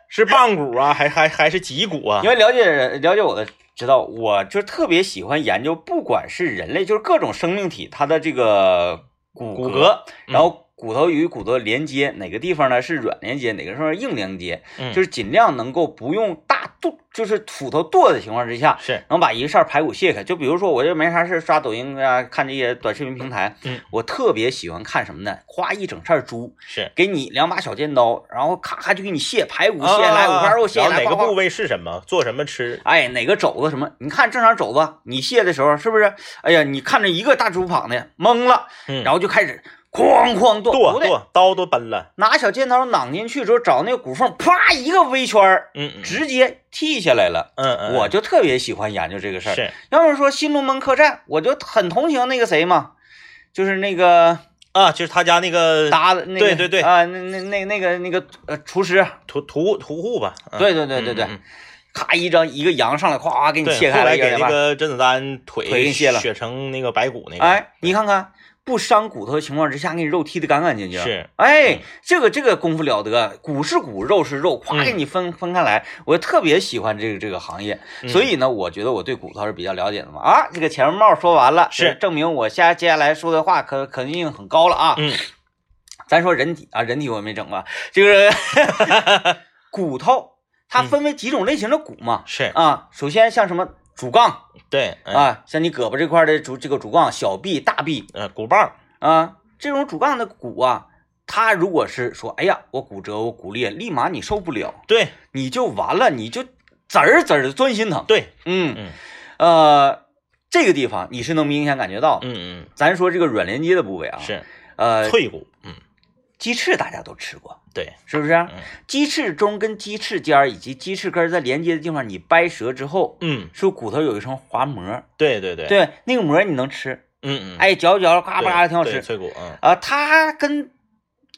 [SPEAKER 2] 是棒骨啊，还还还是脊骨啊
[SPEAKER 1] 因？为了解人了解我的知道，我就特别喜欢研究，不管是人类，就是各种生命体，它的这个骨
[SPEAKER 2] 骨
[SPEAKER 1] 骼
[SPEAKER 2] 骼，嗯
[SPEAKER 1] 然后骨头与骨头连接，哪个地方呢是软连接，哪个地方是硬连接，
[SPEAKER 2] 嗯，
[SPEAKER 1] 就是尽量能够不用大剁，就是斧头剁的情况之下。
[SPEAKER 2] 是
[SPEAKER 1] 能把一扇排骨卸开，就比如说我这没啥事刷抖音啊，看这些短视频平台，
[SPEAKER 2] 嗯，
[SPEAKER 1] 我特别喜欢看什么呢？夸一整扇猪，
[SPEAKER 2] 是，
[SPEAKER 1] 给你两把小尖刀，然后咔咔就给你卸排骨
[SPEAKER 2] 啊
[SPEAKER 1] 卸来，五花肉卸
[SPEAKER 2] 然后
[SPEAKER 1] 来，
[SPEAKER 2] 哪个
[SPEAKER 1] 呱呱
[SPEAKER 2] 部位是什么，做什么吃，
[SPEAKER 1] 哎，哪个肘子什么？你看正常肘子，你卸的时候是不是？哎呀，你看着一个大猪膀的懵了，
[SPEAKER 2] 嗯，
[SPEAKER 1] 然后就开始哐哐剁，
[SPEAKER 2] 剁
[SPEAKER 1] 不对，
[SPEAKER 2] 剁刀都崩了，
[SPEAKER 1] 拿小尖刀攮进去之后，找那个骨缝，啪一个微圈儿，
[SPEAKER 2] 嗯嗯
[SPEAKER 1] 直接剃下来了。
[SPEAKER 2] 嗯嗯，
[SPEAKER 1] 我就特别喜欢研究这个事儿。
[SPEAKER 2] 是
[SPEAKER 1] 要是说新龙门客栈，我就很同情那个谁嘛，就是那个
[SPEAKER 2] 啊，就是他家那个
[SPEAKER 1] 达那个
[SPEAKER 2] 对对对
[SPEAKER 1] 啊、那那那那个那个呃厨师，
[SPEAKER 2] 屠屠屠户吧，嗯
[SPEAKER 1] 对对对对对，
[SPEAKER 2] 嗯嗯嗯
[SPEAKER 1] 咔一张一个羊上来，咵咵给你
[SPEAKER 2] 对，
[SPEAKER 1] 切
[SPEAKER 2] 后
[SPEAKER 1] 开了
[SPEAKER 2] 来
[SPEAKER 1] 一个
[SPEAKER 2] 给
[SPEAKER 1] 人
[SPEAKER 2] 那
[SPEAKER 1] 吧。
[SPEAKER 2] 个甄子丹腿
[SPEAKER 1] 腿给卸了
[SPEAKER 2] 削成那个白骨那个。
[SPEAKER 1] 哎，你看看，不伤骨头的情况之下，给你肉剔的干干净净。。
[SPEAKER 2] 是，
[SPEAKER 1] 哎
[SPEAKER 2] 嗯，
[SPEAKER 1] 这个这个功夫了得，骨是骨，肉是肉，咵
[SPEAKER 2] 嗯
[SPEAKER 1] 给你分分开来。我特别喜欢这个这个行业，
[SPEAKER 2] 嗯
[SPEAKER 1] 所以呢，我觉得我对骨头还是比较了解的嘛。啊，这个前面帽说完了，
[SPEAKER 2] 是
[SPEAKER 1] 这证明我下接下来说的话可可信性很高了啊。
[SPEAKER 2] 嗯，
[SPEAKER 1] 咱说人体啊，人体我没整吧，这个 骨头它分为几种类型的骨嘛？
[SPEAKER 2] 嗯是
[SPEAKER 1] 啊，首先像什么主杠，
[SPEAKER 2] 对，嗯，
[SPEAKER 1] 啊，像你胳膊这块儿的主这个主杠、小臂、大臂
[SPEAKER 2] 呃，骨棒儿，
[SPEAKER 1] 啊，这种主杠的骨啊，它如果是说，哎呀，我骨折，我骨裂，立马你受不了，
[SPEAKER 2] 对
[SPEAKER 1] 你就完了，你就滋儿滋儿的钻心疼。
[SPEAKER 2] 对，
[SPEAKER 1] 嗯
[SPEAKER 2] 嗯
[SPEAKER 1] 呃，这个地方你是能明显感觉到的。
[SPEAKER 2] 嗯
[SPEAKER 1] 咱说这个软连接的部位啊，
[SPEAKER 2] 嗯，是
[SPEAKER 1] 呃，
[SPEAKER 2] 脆骨，嗯，
[SPEAKER 1] 鸡翅大家都吃过，
[SPEAKER 2] 对，
[SPEAKER 1] 是不是？
[SPEAKER 2] 嗯
[SPEAKER 1] 鸡翅中跟鸡翅尖儿以及鸡翅根儿在连接的地方，你掰折之后，
[SPEAKER 2] 嗯，
[SPEAKER 1] 是不是骨头有一层滑膜？
[SPEAKER 2] 对对对，
[SPEAKER 1] 对，那个膜你能吃。
[SPEAKER 2] 嗯嗯，
[SPEAKER 1] 哎，嚼一嚼，咔
[SPEAKER 2] 对，
[SPEAKER 1] 吧啦，挺好吃
[SPEAKER 2] 对。脆骨，嗯
[SPEAKER 1] 啊、它跟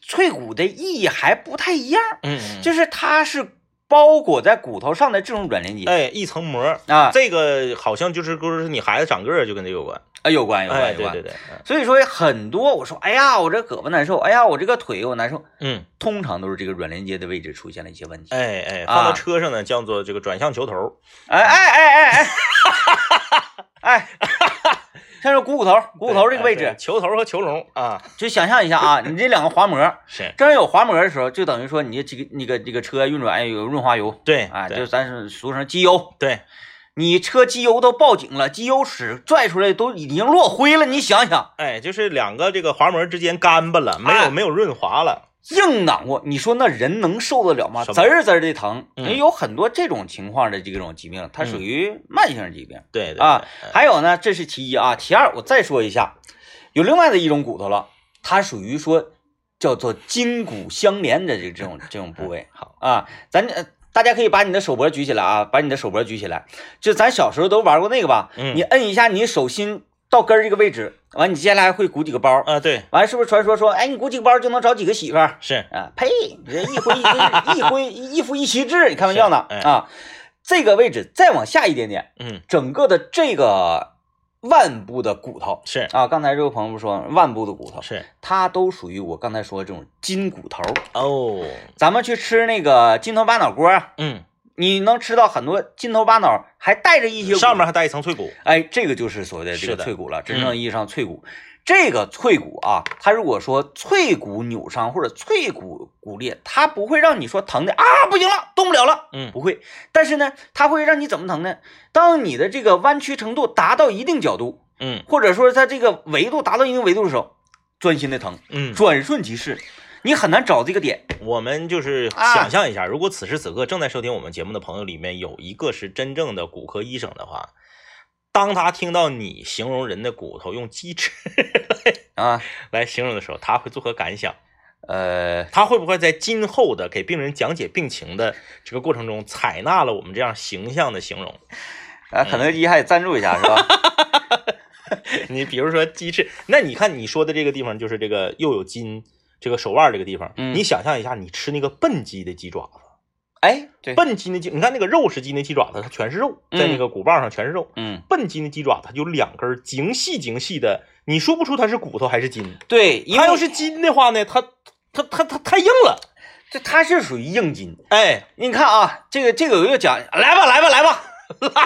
[SPEAKER 1] 脆骨的意义还不太一样，
[SPEAKER 2] 嗯嗯，
[SPEAKER 1] 就是它是包裹在骨头上的这种软连接、
[SPEAKER 2] 哎一层膜儿，
[SPEAKER 1] 啊，
[SPEAKER 2] 这个好像就是就是你孩子长个儿就跟这有关，
[SPEAKER 1] 啊有关有关
[SPEAKER 2] 哎，
[SPEAKER 1] 有
[SPEAKER 2] 对
[SPEAKER 1] 关。
[SPEAKER 2] 对对，嗯
[SPEAKER 1] 所以说很多我说，哎呀，我这胳膊难受，哎呀，我这个腿我难受，
[SPEAKER 2] 嗯，
[SPEAKER 1] 通常都是这个软连接的位置出现了一些问题。
[SPEAKER 2] 哎哎，
[SPEAKER 1] 啊
[SPEAKER 2] 放到车上呢叫做这个转向球头儿，
[SPEAKER 1] 哎哎哎哎哎，哎，像是股骨头，股骨头这个
[SPEAKER 2] 哎
[SPEAKER 1] 位
[SPEAKER 2] 对
[SPEAKER 1] 置，
[SPEAKER 2] 球头儿和球笼啊，
[SPEAKER 1] 就想象一下啊，你这两个滑膜。
[SPEAKER 2] 是
[SPEAKER 1] 真有滑膜的时候，就等于说你这个那个这个车运转哎有润滑油，
[SPEAKER 2] 对
[SPEAKER 1] 啊，
[SPEAKER 2] 对
[SPEAKER 1] 就咱是俗称机油，
[SPEAKER 2] 对，
[SPEAKER 1] 你车机油都报警了，机油尺拽出来都已经落灰了，你想想，
[SPEAKER 2] 哎，就是两个这个滑膜之间干巴了，没有、
[SPEAKER 1] 哎
[SPEAKER 2] 没有润滑了。
[SPEAKER 1] 硬囊过，你说那人能受得了吗？
[SPEAKER 2] 什么
[SPEAKER 1] 滋儿滋儿的疼，哎
[SPEAKER 2] 嗯
[SPEAKER 1] 也有很多这种情况的这种疾病，它属于慢性疾病、
[SPEAKER 2] 对对
[SPEAKER 1] 啊，。还有呢，这是其一啊，其二我再说一下，有另外的一种骨头了，它属于说叫做筋骨相连的这这种这种部位。
[SPEAKER 2] 嗯好，
[SPEAKER 1] 啊，咱呃大家可以把你的手脖举起来啊，把你的手脖举起来。就咱小时候都玩过那个吧，
[SPEAKER 2] 嗯
[SPEAKER 1] 你摁一下你手心到根儿这个位置，完你接下来会鼓几个包，
[SPEAKER 2] 啊，对，
[SPEAKER 1] 完是不是传说说，哎，你鼓几个包就能找几个媳妇儿
[SPEAKER 2] 是
[SPEAKER 1] 啊？呸，你这一婚一婚一婚一夫一妻制，你开玩笑呢
[SPEAKER 2] 是哎
[SPEAKER 1] 啊？这个位置再往下一点点，
[SPEAKER 2] 嗯
[SPEAKER 1] 整个的这个腕部的骨头
[SPEAKER 2] 是
[SPEAKER 1] 啊，刚才这位朋友不说腕部的骨头，
[SPEAKER 2] 是
[SPEAKER 1] 它都属于我刚才说的这种筋骨头。
[SPEAKER 2] 哦，
[SPEAKER 1] 咱们去吃那个筋头巴脑锅啊。
[SPEAKER 2] 嗯
[SPEAKER 1] 你能吃到很多筋头巴脑，还带着一些骨
[SPEAKER 2] 上面还带一层脆骨，
[SPEAKER 1] 哎，这个就是所谓的这
[SPEAKER 2] 是
[SPEAKER 1] 个
[SPEAKER 2] 的
[SPEAKER 1] 脆骨了，
[SPEAKER 2] 嗯
[SPEAKER 1] 真正意义上脆骨。这个脆骨啊，它如果说脆骨扭伤或者脆骨骨裂，它不会让你说疼的啊，不行了，动不了了，
[SPEAKER 2] 嗯
[SPEAKER 1] 不会。但是呢，它会让你怎么疼呢？当你的这个弯曲程度达到一定角度，
[SPEAKER 2] 嗯
[SPEAKER 1] 或者说它这个维度达到一定维度的时候，钻心的疼，
[SPEAKER 2] 嗯，
[SPEAKER 1] 转瞬即逝，你很难找这个点。
[SPEAKER 2] 我们就是
[SPEAKER 1] 啊
[SPEAKER 2] 想象一下，如果此时此刻正在收听我们节目的朋友里面有一个是真正的骨科医生的话，当他听到你形容人的骨头用鸡翅
[SPEAKER 1] 啊，
[SPEAKER 2] 来形容的时候，他会作何感想？
[SPEAKER 1] 呃，
[SPEAKER 2] 他会不会在今后的给病人讲解病情的这个过程中，采纳了我们这样形象的形容？
[SPEAKER 1] 啊，肯
[SPEAKER 2] 嗯
[SPEAKER 1] 德基还得赞助一下是吧？
[SPEAKER 2] 你比如说鸡翅，那你看你说的这个地方就是这个又有筋，这个手腕这个地方，
[SPEAKER 1] 嗯
[SPEAKER 2] 你想象一下，你吃那个笨鸡的鸡爪子，
[SPEAKER 1] 哎，对，
[SPEAKER 2] 笨鸡那鸡，你看那个肉食鸡那鸡爪子，它全是肉，在那
[SPEAKER 1] 嗯
[SPEAKER 2] 个骨棒上全是肉。
[SPEAKER 1] 嗯，
[SPEAKER 2] 笨鸡那鸡爪子，它有两根儿精细精细的，你说不出它是骨头还是筋。
[SPEAKER 1] 对，因
[SPEAKER 2] 它
[SPEAKER 1] 为
[SPEAKER 2] 要是筋的话呢，它它它它太硬了。
[SPEAKER 1] 这它是属于硬筋。
[SPEAKER 2] 哎，
[SPEAKER 1] 你看啊，这个这个我又讲，来吧，来吧，来吧，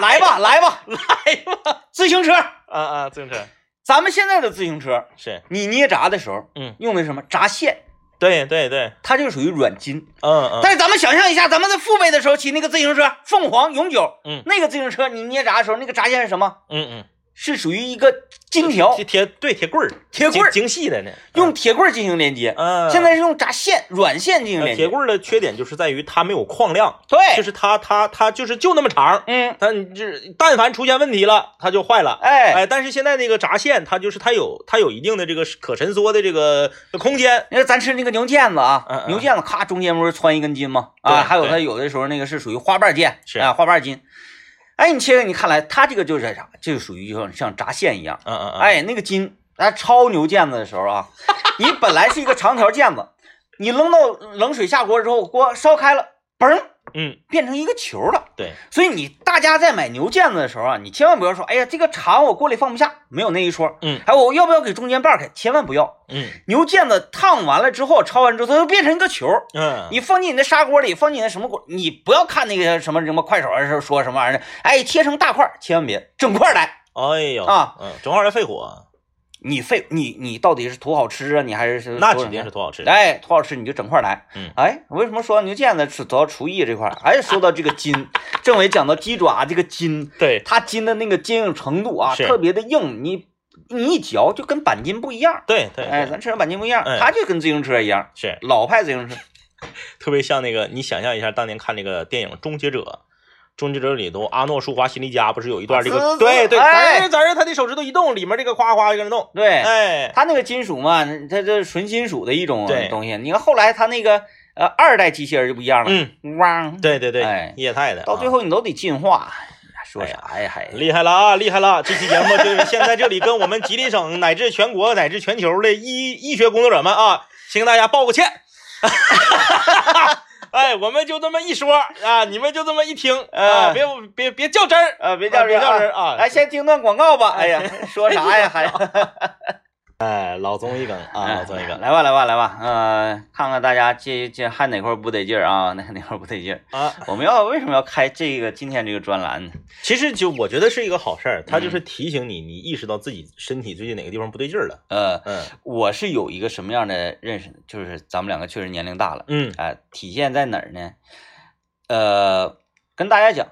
[SPEAKER 1] 来吧， 来吧，
[SPEAKER 2] 来吧，
[SPEAKER 1] 自行车，
[SPEAKER 2] 啊啊，自行车
[SPEAKER 1] 咱们现在的自行车，
[SPEAKER 2] 是，
[SPEAKER 1] 你捏闸的时候，
[SPEAKER 2] 嗯，
[SPEAKER 1] 用的什么闸线？
[SPEAKER 2] 对对对，
[SPEAKER 1] 它就属于软筋。
[SPEAKER 2] 嗯嗯，
[SPEAKER 1] 但是咱们想象一下，咱们在父辈的时候骑那个自行车，凤凰永久，
[SPEAKER 2] 嗯
[SPEAKER 1] 那个自行车你捏闸的时候，那个闸线是什么？
[SPEAKER 2] 嗯
[SPEAKER 1] 是属于一个金
[SPEAKER 2] 嗯，
[SPEAKER 1] 条
[SPEAKER 2] 铁，铁对铁棍儿，
[SPEAKER 1] 铁棍儿
[SPEAKER 2] 精精细的呢，
[SPEAKER 1] 用铁棍儿进行连接。
[SPEAKER 2] 嗯，
[SPEAKER 1] 现在是用闸线、软线进行
[SPEAKER 2] 呃
[SPEAKER 1] 连
[SPEAKER 2] 铁
[SPEAKER 1] 接。
[SPEAKER 2] 棍儿的缺点就是在于它没有矿量，就
[SPEAKER 1] 对，
[SPEAKER 2] 是它它它就是就那么长，
[SPEAKER 1] 嗯，
[SPEAKER 2] 它你就是但凡出现问题了，它就坏了。
[SPEAKER 1] 哎，
[SPEAKER 2] 哎，但是现在那个闸线，它就是它有它有一定的这个可伸缩的这个空间，
[SPEAKER 1] 那个咱吃那个牛腱子
[SPEAKER 2] 嗯
[SPEAKER 1] 啊，
[SPEAKER 2] 嗯
[SPEAKER 1] 牛腱子咔中间不是穿一根筋吗？啊，
[SPEAKER 2] 对
[SPEAKER 1] 还有它
[SPEAKER 2] 对
[SPEAKER 1] 有的时候那个是属于花瓣腱，
[SPEAKER 2] 是
[SPEAKER 1] 啊，花瓣筋。哎，你切开你看来，它这个就是啥？就属于像像闸线一样。
[SPEAKER 2] 嗯嗯嗯，
[SPEAKER 1] 哎，那个筋，咱抄牛腱子的时候啊，你本来是一个长条腱子，你扔到冷水下锅之后，锅烧开了，嘣，
[SPEAKER 2] 嗯，
[SPEAKER 1] 变成一个球了。
[SPEAKER 2] 对，
[SPEAKER 1] 所以你大家在买牛腱子的时候啊，你千万不要说，哎呀，这个肠我锅里放不下，没有那一说。
[SPEAKER 2] 嗯
[SPEAKER 1] 还有我要不要给中间掰开？千万不要，
[SPEAKER 2] 嗯
[SPEAKER 1] 牛腱子烫完了之后，焯完之后，它就变成一个球。
[SPEAKER 2] 嗯，
[SPEAKER 1] 你放进你的砂锅里，放进你的什么锅？你不要看那个什么什么快手啊，说说什么玩意儿的，哎，切成大块儿，千万别整块儿来。
[SPEAKER 2] 哎呦
[SPEAKER 1] 啊，
[SPEAKER 2] 嗯，整块儿来肺火，
[SPEAKER 1] 你费你你到底是图好吃啊，你还是
[SPEAKER 2] 那
[SPEAKER 1] 图什
[SPEAKER 2] 指
[SPEAKER 1] 么
[SPEAKER 2] 定是多好吃。
[SPEAKER 1] 哎，涂老师你就整块来。
[SPEAKER 2] 嗯
[SPEAKER 1] 哎，为什么说到牛腱子是主要厨艺这块儿？哎，说到这个 筋，政委讲到鸡爪这个筋，
[SPEAKER 2] 对，
[SPEAKER 1] 它筋的那个坚硬程度啊，
[SPEAKER 2] 是
[SPEAKER 1] 特别的硬，你你一嚼就跟板筋不一样。
[SPEAKER 2] 对对，
[SPEAKER 1] 哎，
[SPEAKER 2] 对
[SPEAKER 1] 咱吃的板筋不一样，
[SPEAKER 2] 哎
[SPEAKER 1] 它就跟自行车一样，
[SPEAKER 2] 是
[SPEAKER 1] 老派自行车。
[SPEAKER 2] 特别像那个，你想象一下，当年看那个电影《终结者》，《终结者》里头，阿诺·舒华辛利加不是有一段这
[SPEAKER 1] 啊
[SPEAKER 2] 个，
[SPEAKER 1] 滋
[SPEAKER 2] 对
[SPEAKER 1] 滋
[SPEAKER 2] 对，
[SPEAKER 1] 哎
[SPEAKER 2] 咱咱是他的手指头一动，里面这个夸夸就跟着动，
[SPEAKER 1] 对，
[SPEAKER 2] 哎，
[SPEAKER 1] 它那个金属嘛，它这纯金属的一种
[SPEAKER 2] 对
[SPEAKER 1] 东西。你看后来它那个呃二代机器人就不一样了，
[SPEAKER 2] 嗯，
[SPEAKER 1] 汪，
[SPEAKER 2] 对对对，
[SPEAKER 1] 哎
[SPEAKER 2] 液态的，
[SPEAKER 1] 到最
[SPEAKER 2] 啊
[SPEAKER 1] 后你都得进化。说啥哎呀？还
[SPEAKER 2] 厉害了啊，厉害了！这期节目就是现在这里跟我们吉林省乃至全国乃至全球的医医学工作者们啊，先跟大家道个歉。 哎，我们就这么一说啊，你们就这么一听啊，
[SPEAKER 1] 哎
[SPEAKER 2] 别别别较真儿，
[SPEAKER 1] 呃，别
[SPEAKER 2] 别
[SPEAKER 1] 叫
[SPEAKER 2] 较
[SPEAKER 1] 人
[SPEAKER 2] 较
[SPEAKER 1] 啊
[SPEAKER 2] 真儿啊！
[SPEAKER 1] 哎，先听段广告吧。哎呀， 说啥呀？还
[SPEAKER 2] 哎，老综艺梗啊，老综艺
[SPEAKER 1] 一
[SPEAKER 2] 梗
[SPEAKER 1] 个，。来吧，来吧，来吧。呃，看看大家这这还哪块不得劲儿啊？ 哪哪块不得劲儿？
[SPEAKER 2] 啊，
[SPEAKER 1] 我们要为什么要开这个今天这个专栏呢？
[SPEAKER 2] 其实就我觉得是一个好事儿，它就是提醒你，你意识到自己身体最近哪个地方不对劲儿了。
[SPEAKER 1] 呃，
[SPEAKER 2] 嗯
[SPEAKER 1] 我是有一个什么样的认识呢？就是咱们两个确实年龄大了，
[SPEAKER 2] 嗯
[SPEAKER 1] 哎、体现在哪儿呢？呃，跟大家讲，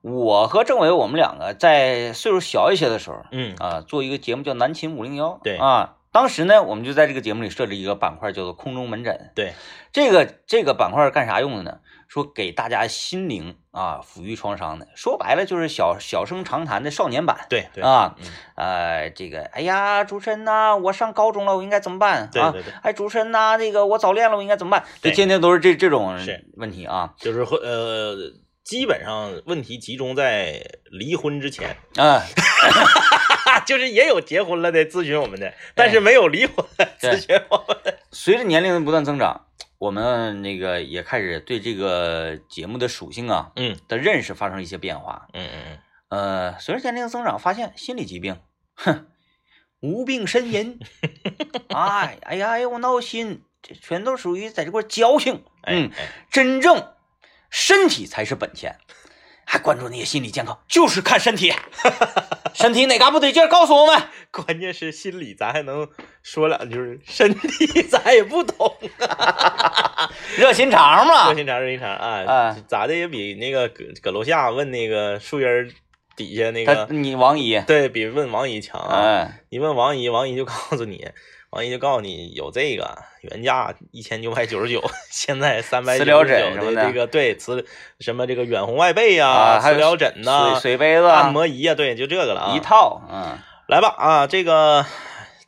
[SPEAKER 1] 我和政委我们两个在岁数小一些的时候，
[SPEAKER 2] 嗯
[SPEAKER 1] 啊，做一个节目叫《南秦五零幺》。
[SPEAKER 2] 对
[SPEAKER 1] 啊，当时呢，我们就在这个节目里设置一个板块，叫做“空中门诊”。
[SPEAKER 2] 对，
[SPEAKER 1] 这个这个板块干啥用的呢？说给大家心灵啊抚育创伤的，说白了就是小小生长谈的少年版。
[SPEAKER 2] 对对，
[SPEAKER 1] 啊
[SPEAKER 2] 嗯，
[SPEAKER 1] 呃，这个，哎呀，主持人呐、我上高中了，我应该怎么办
[SPEAKER 2] 对
[SPEAKER 1] 啊
[SPEAKER 2] 对对？
[SPEAKER 1] 哎，主持人呐、那个我早恋了，我应该怎么办？就
[SPEAKER 2] 对
[SPEAKER 1] 天天都是这这种
[SPEAKER 2] 是
[SPEAKER 1] 问题啊，
[SPEAKER 2] 就是会呃，基本上问题集中在离婚之前，
[SPEAKER 1] 嗯、
[SPEAKER 2] 就是也有结婚了的咨询我们的，但是没有离婚的咨询我们。
[SPEAKER 1] 随着年龄的不断增长，我们那个也开始对这个节目的属性啊，
[SPEAKER 2] 嗯
[SPEAKER 1] 的认识发生了一些变化。
[SPEAKER 2] 嗯嗯
[SPEAKER 1] 呃，随着年龄增长，发现心理疾病，哼，无病呻 吟，哎哎呀哎呀，我闹心，这全都属于在这块儿矫情。
[SPEAKER 2] 嗯，
[SPEAKER 1] 嗯，
[SPEAKER 2] 哎哎，
[SPEAKER 1] 真正身体才是本钱，哎还关注那些心理健康，就是看身 体，身体哪嘎不得劲儿，告诉我们。
[SPEAKER 2] 关键是心里咱还能说两句，身体咱也不懂，
[SPEAKER 1] 热心肠
[SPEAKER 2] 热
[SPEAKER 1] 嘛，
[SPEAKER 2] 心肠热心肠啊
[SPEAKER 1] 啊，
[SPEAKER 2] 咋的也比那个搁搁楼下问那个树荫儿底下那
[SPEAKER 1] 他
[SPEAKER 2] 个，
[SPEAKER 1] 你王姨，
[SPEAKER 2] 对比问王姨强啊。
[SPEAKER 1] 嗯，
[SPEAKER 2] 你问王姨，王姨就告诉你，王姨就告诉你有这个原价一千九百九十九，现在三百
[SPEAKER 1] 磁
[SPEAKER 2] 九
[SPEAKER 1] 疗
[SPEAKER 2] 十
[SPEAKER 1] 枕什
[SPEAKER 2] 九
[SPEAKER 1] 么
[SPEAKER 2] 的
[SPEAKER 1] 的
[SPEAKER 2] 这个对磁什么这个远红外背呀、
[SPEAKER 1] 啊还
[SPEAKER 2] 磁
[SPEAKER 1] 有
[SPEAKER 2] 疗枕呐、
[SPEAKER 1] 水水杯子啊
[SPEAKER 2] 按摩仪呀、对，就这个了啊。
[SPEAKER 1] 一套，嗯，
[SPEAKER 2] 来吧啊，这个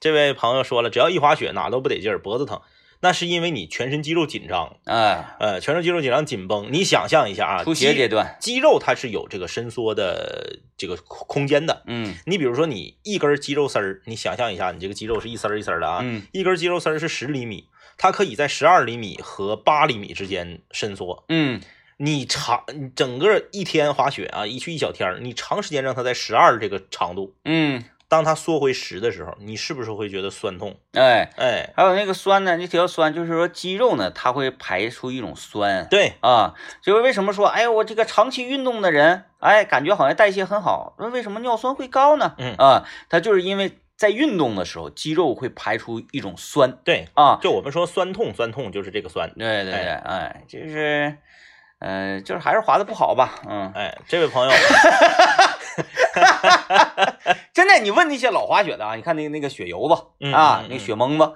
[SPEAKER 2] 这位朋友说了，只要一滑雪哪都不得劲儿，脖子疼，那是因为你全身肌肉紧张，
[SPEAKER 1] 哎，
[SPEAKER 2] 呃，全身肌肉紧张紧绷。你想象一下啊，
[SPEAKER 1] 出血
[SPEAKER 2] 肌
[SPEAKER 1] 阶段，
[SPEAKER 2] 肌肉它是有这个伸缩的这个空空间的。
[SPEAKER 1] 嗯
[SPEAKER 2] 你比如说你一根肌肉丝儿，你想象一下，你这个肌肉是一丝儿一丝儿的啊，
[SPEAKER 1] 嗯
[SPEAKER 2] 一根肌肉丝儿是十厘米，它可以在十二厘米和八厘米之间伸缩。
[SPEAKER 1] 嗯，
[SPEAKER 2] 你长你整个一天滑雪啊，一去一小天儿，你长时间让它在十二这个长度，
[SPEAKER 1] 嗯，
[SPEAKER 2] 当它缩回十的时候，你是不是会觉得酸痛？
[SPEAKER 1] 哎，
[SPEAKER 2] 哎，
[SPEAKER 1] 还有那个酸呢，你提到酸，就是说肌肉呢，它会排出一种酸，
[SPEAKER 2] 对，
[SPEAKER 1] 啊，就是为什么说，哎，我这个长期运动的人，哎，感觉好像代谢很好，那为什么尿酸会高呢？
[SPEAKER 2] 嗯
[SPEAKER 1] 啊，它就是因为在运动的时候，肌肉会排出一种酸
[SPEAKER 2] 对，
[SPEAKER 1] 啊，
[SPEAKER 2] 就我们说酸痛，酸痛就是这个酸。
[SPEAKER 1] 对对对，哎，就是，呃，就是还是滑的不好吧，嗯，
[SPEAKER 2] 哎，这位朋友，
[SPEAKER 1] 真的，你问那些老滑雪的啊，你看那个那个雪油子
[SPEAKER 2] 嗯
[SPEAKER 1] 啊，
[SPEAKER 2] 嗯
[SPEAKER 1] 那个
[SPEAKER 2] 嗯
[SPEAKER 1] 雪蒙子，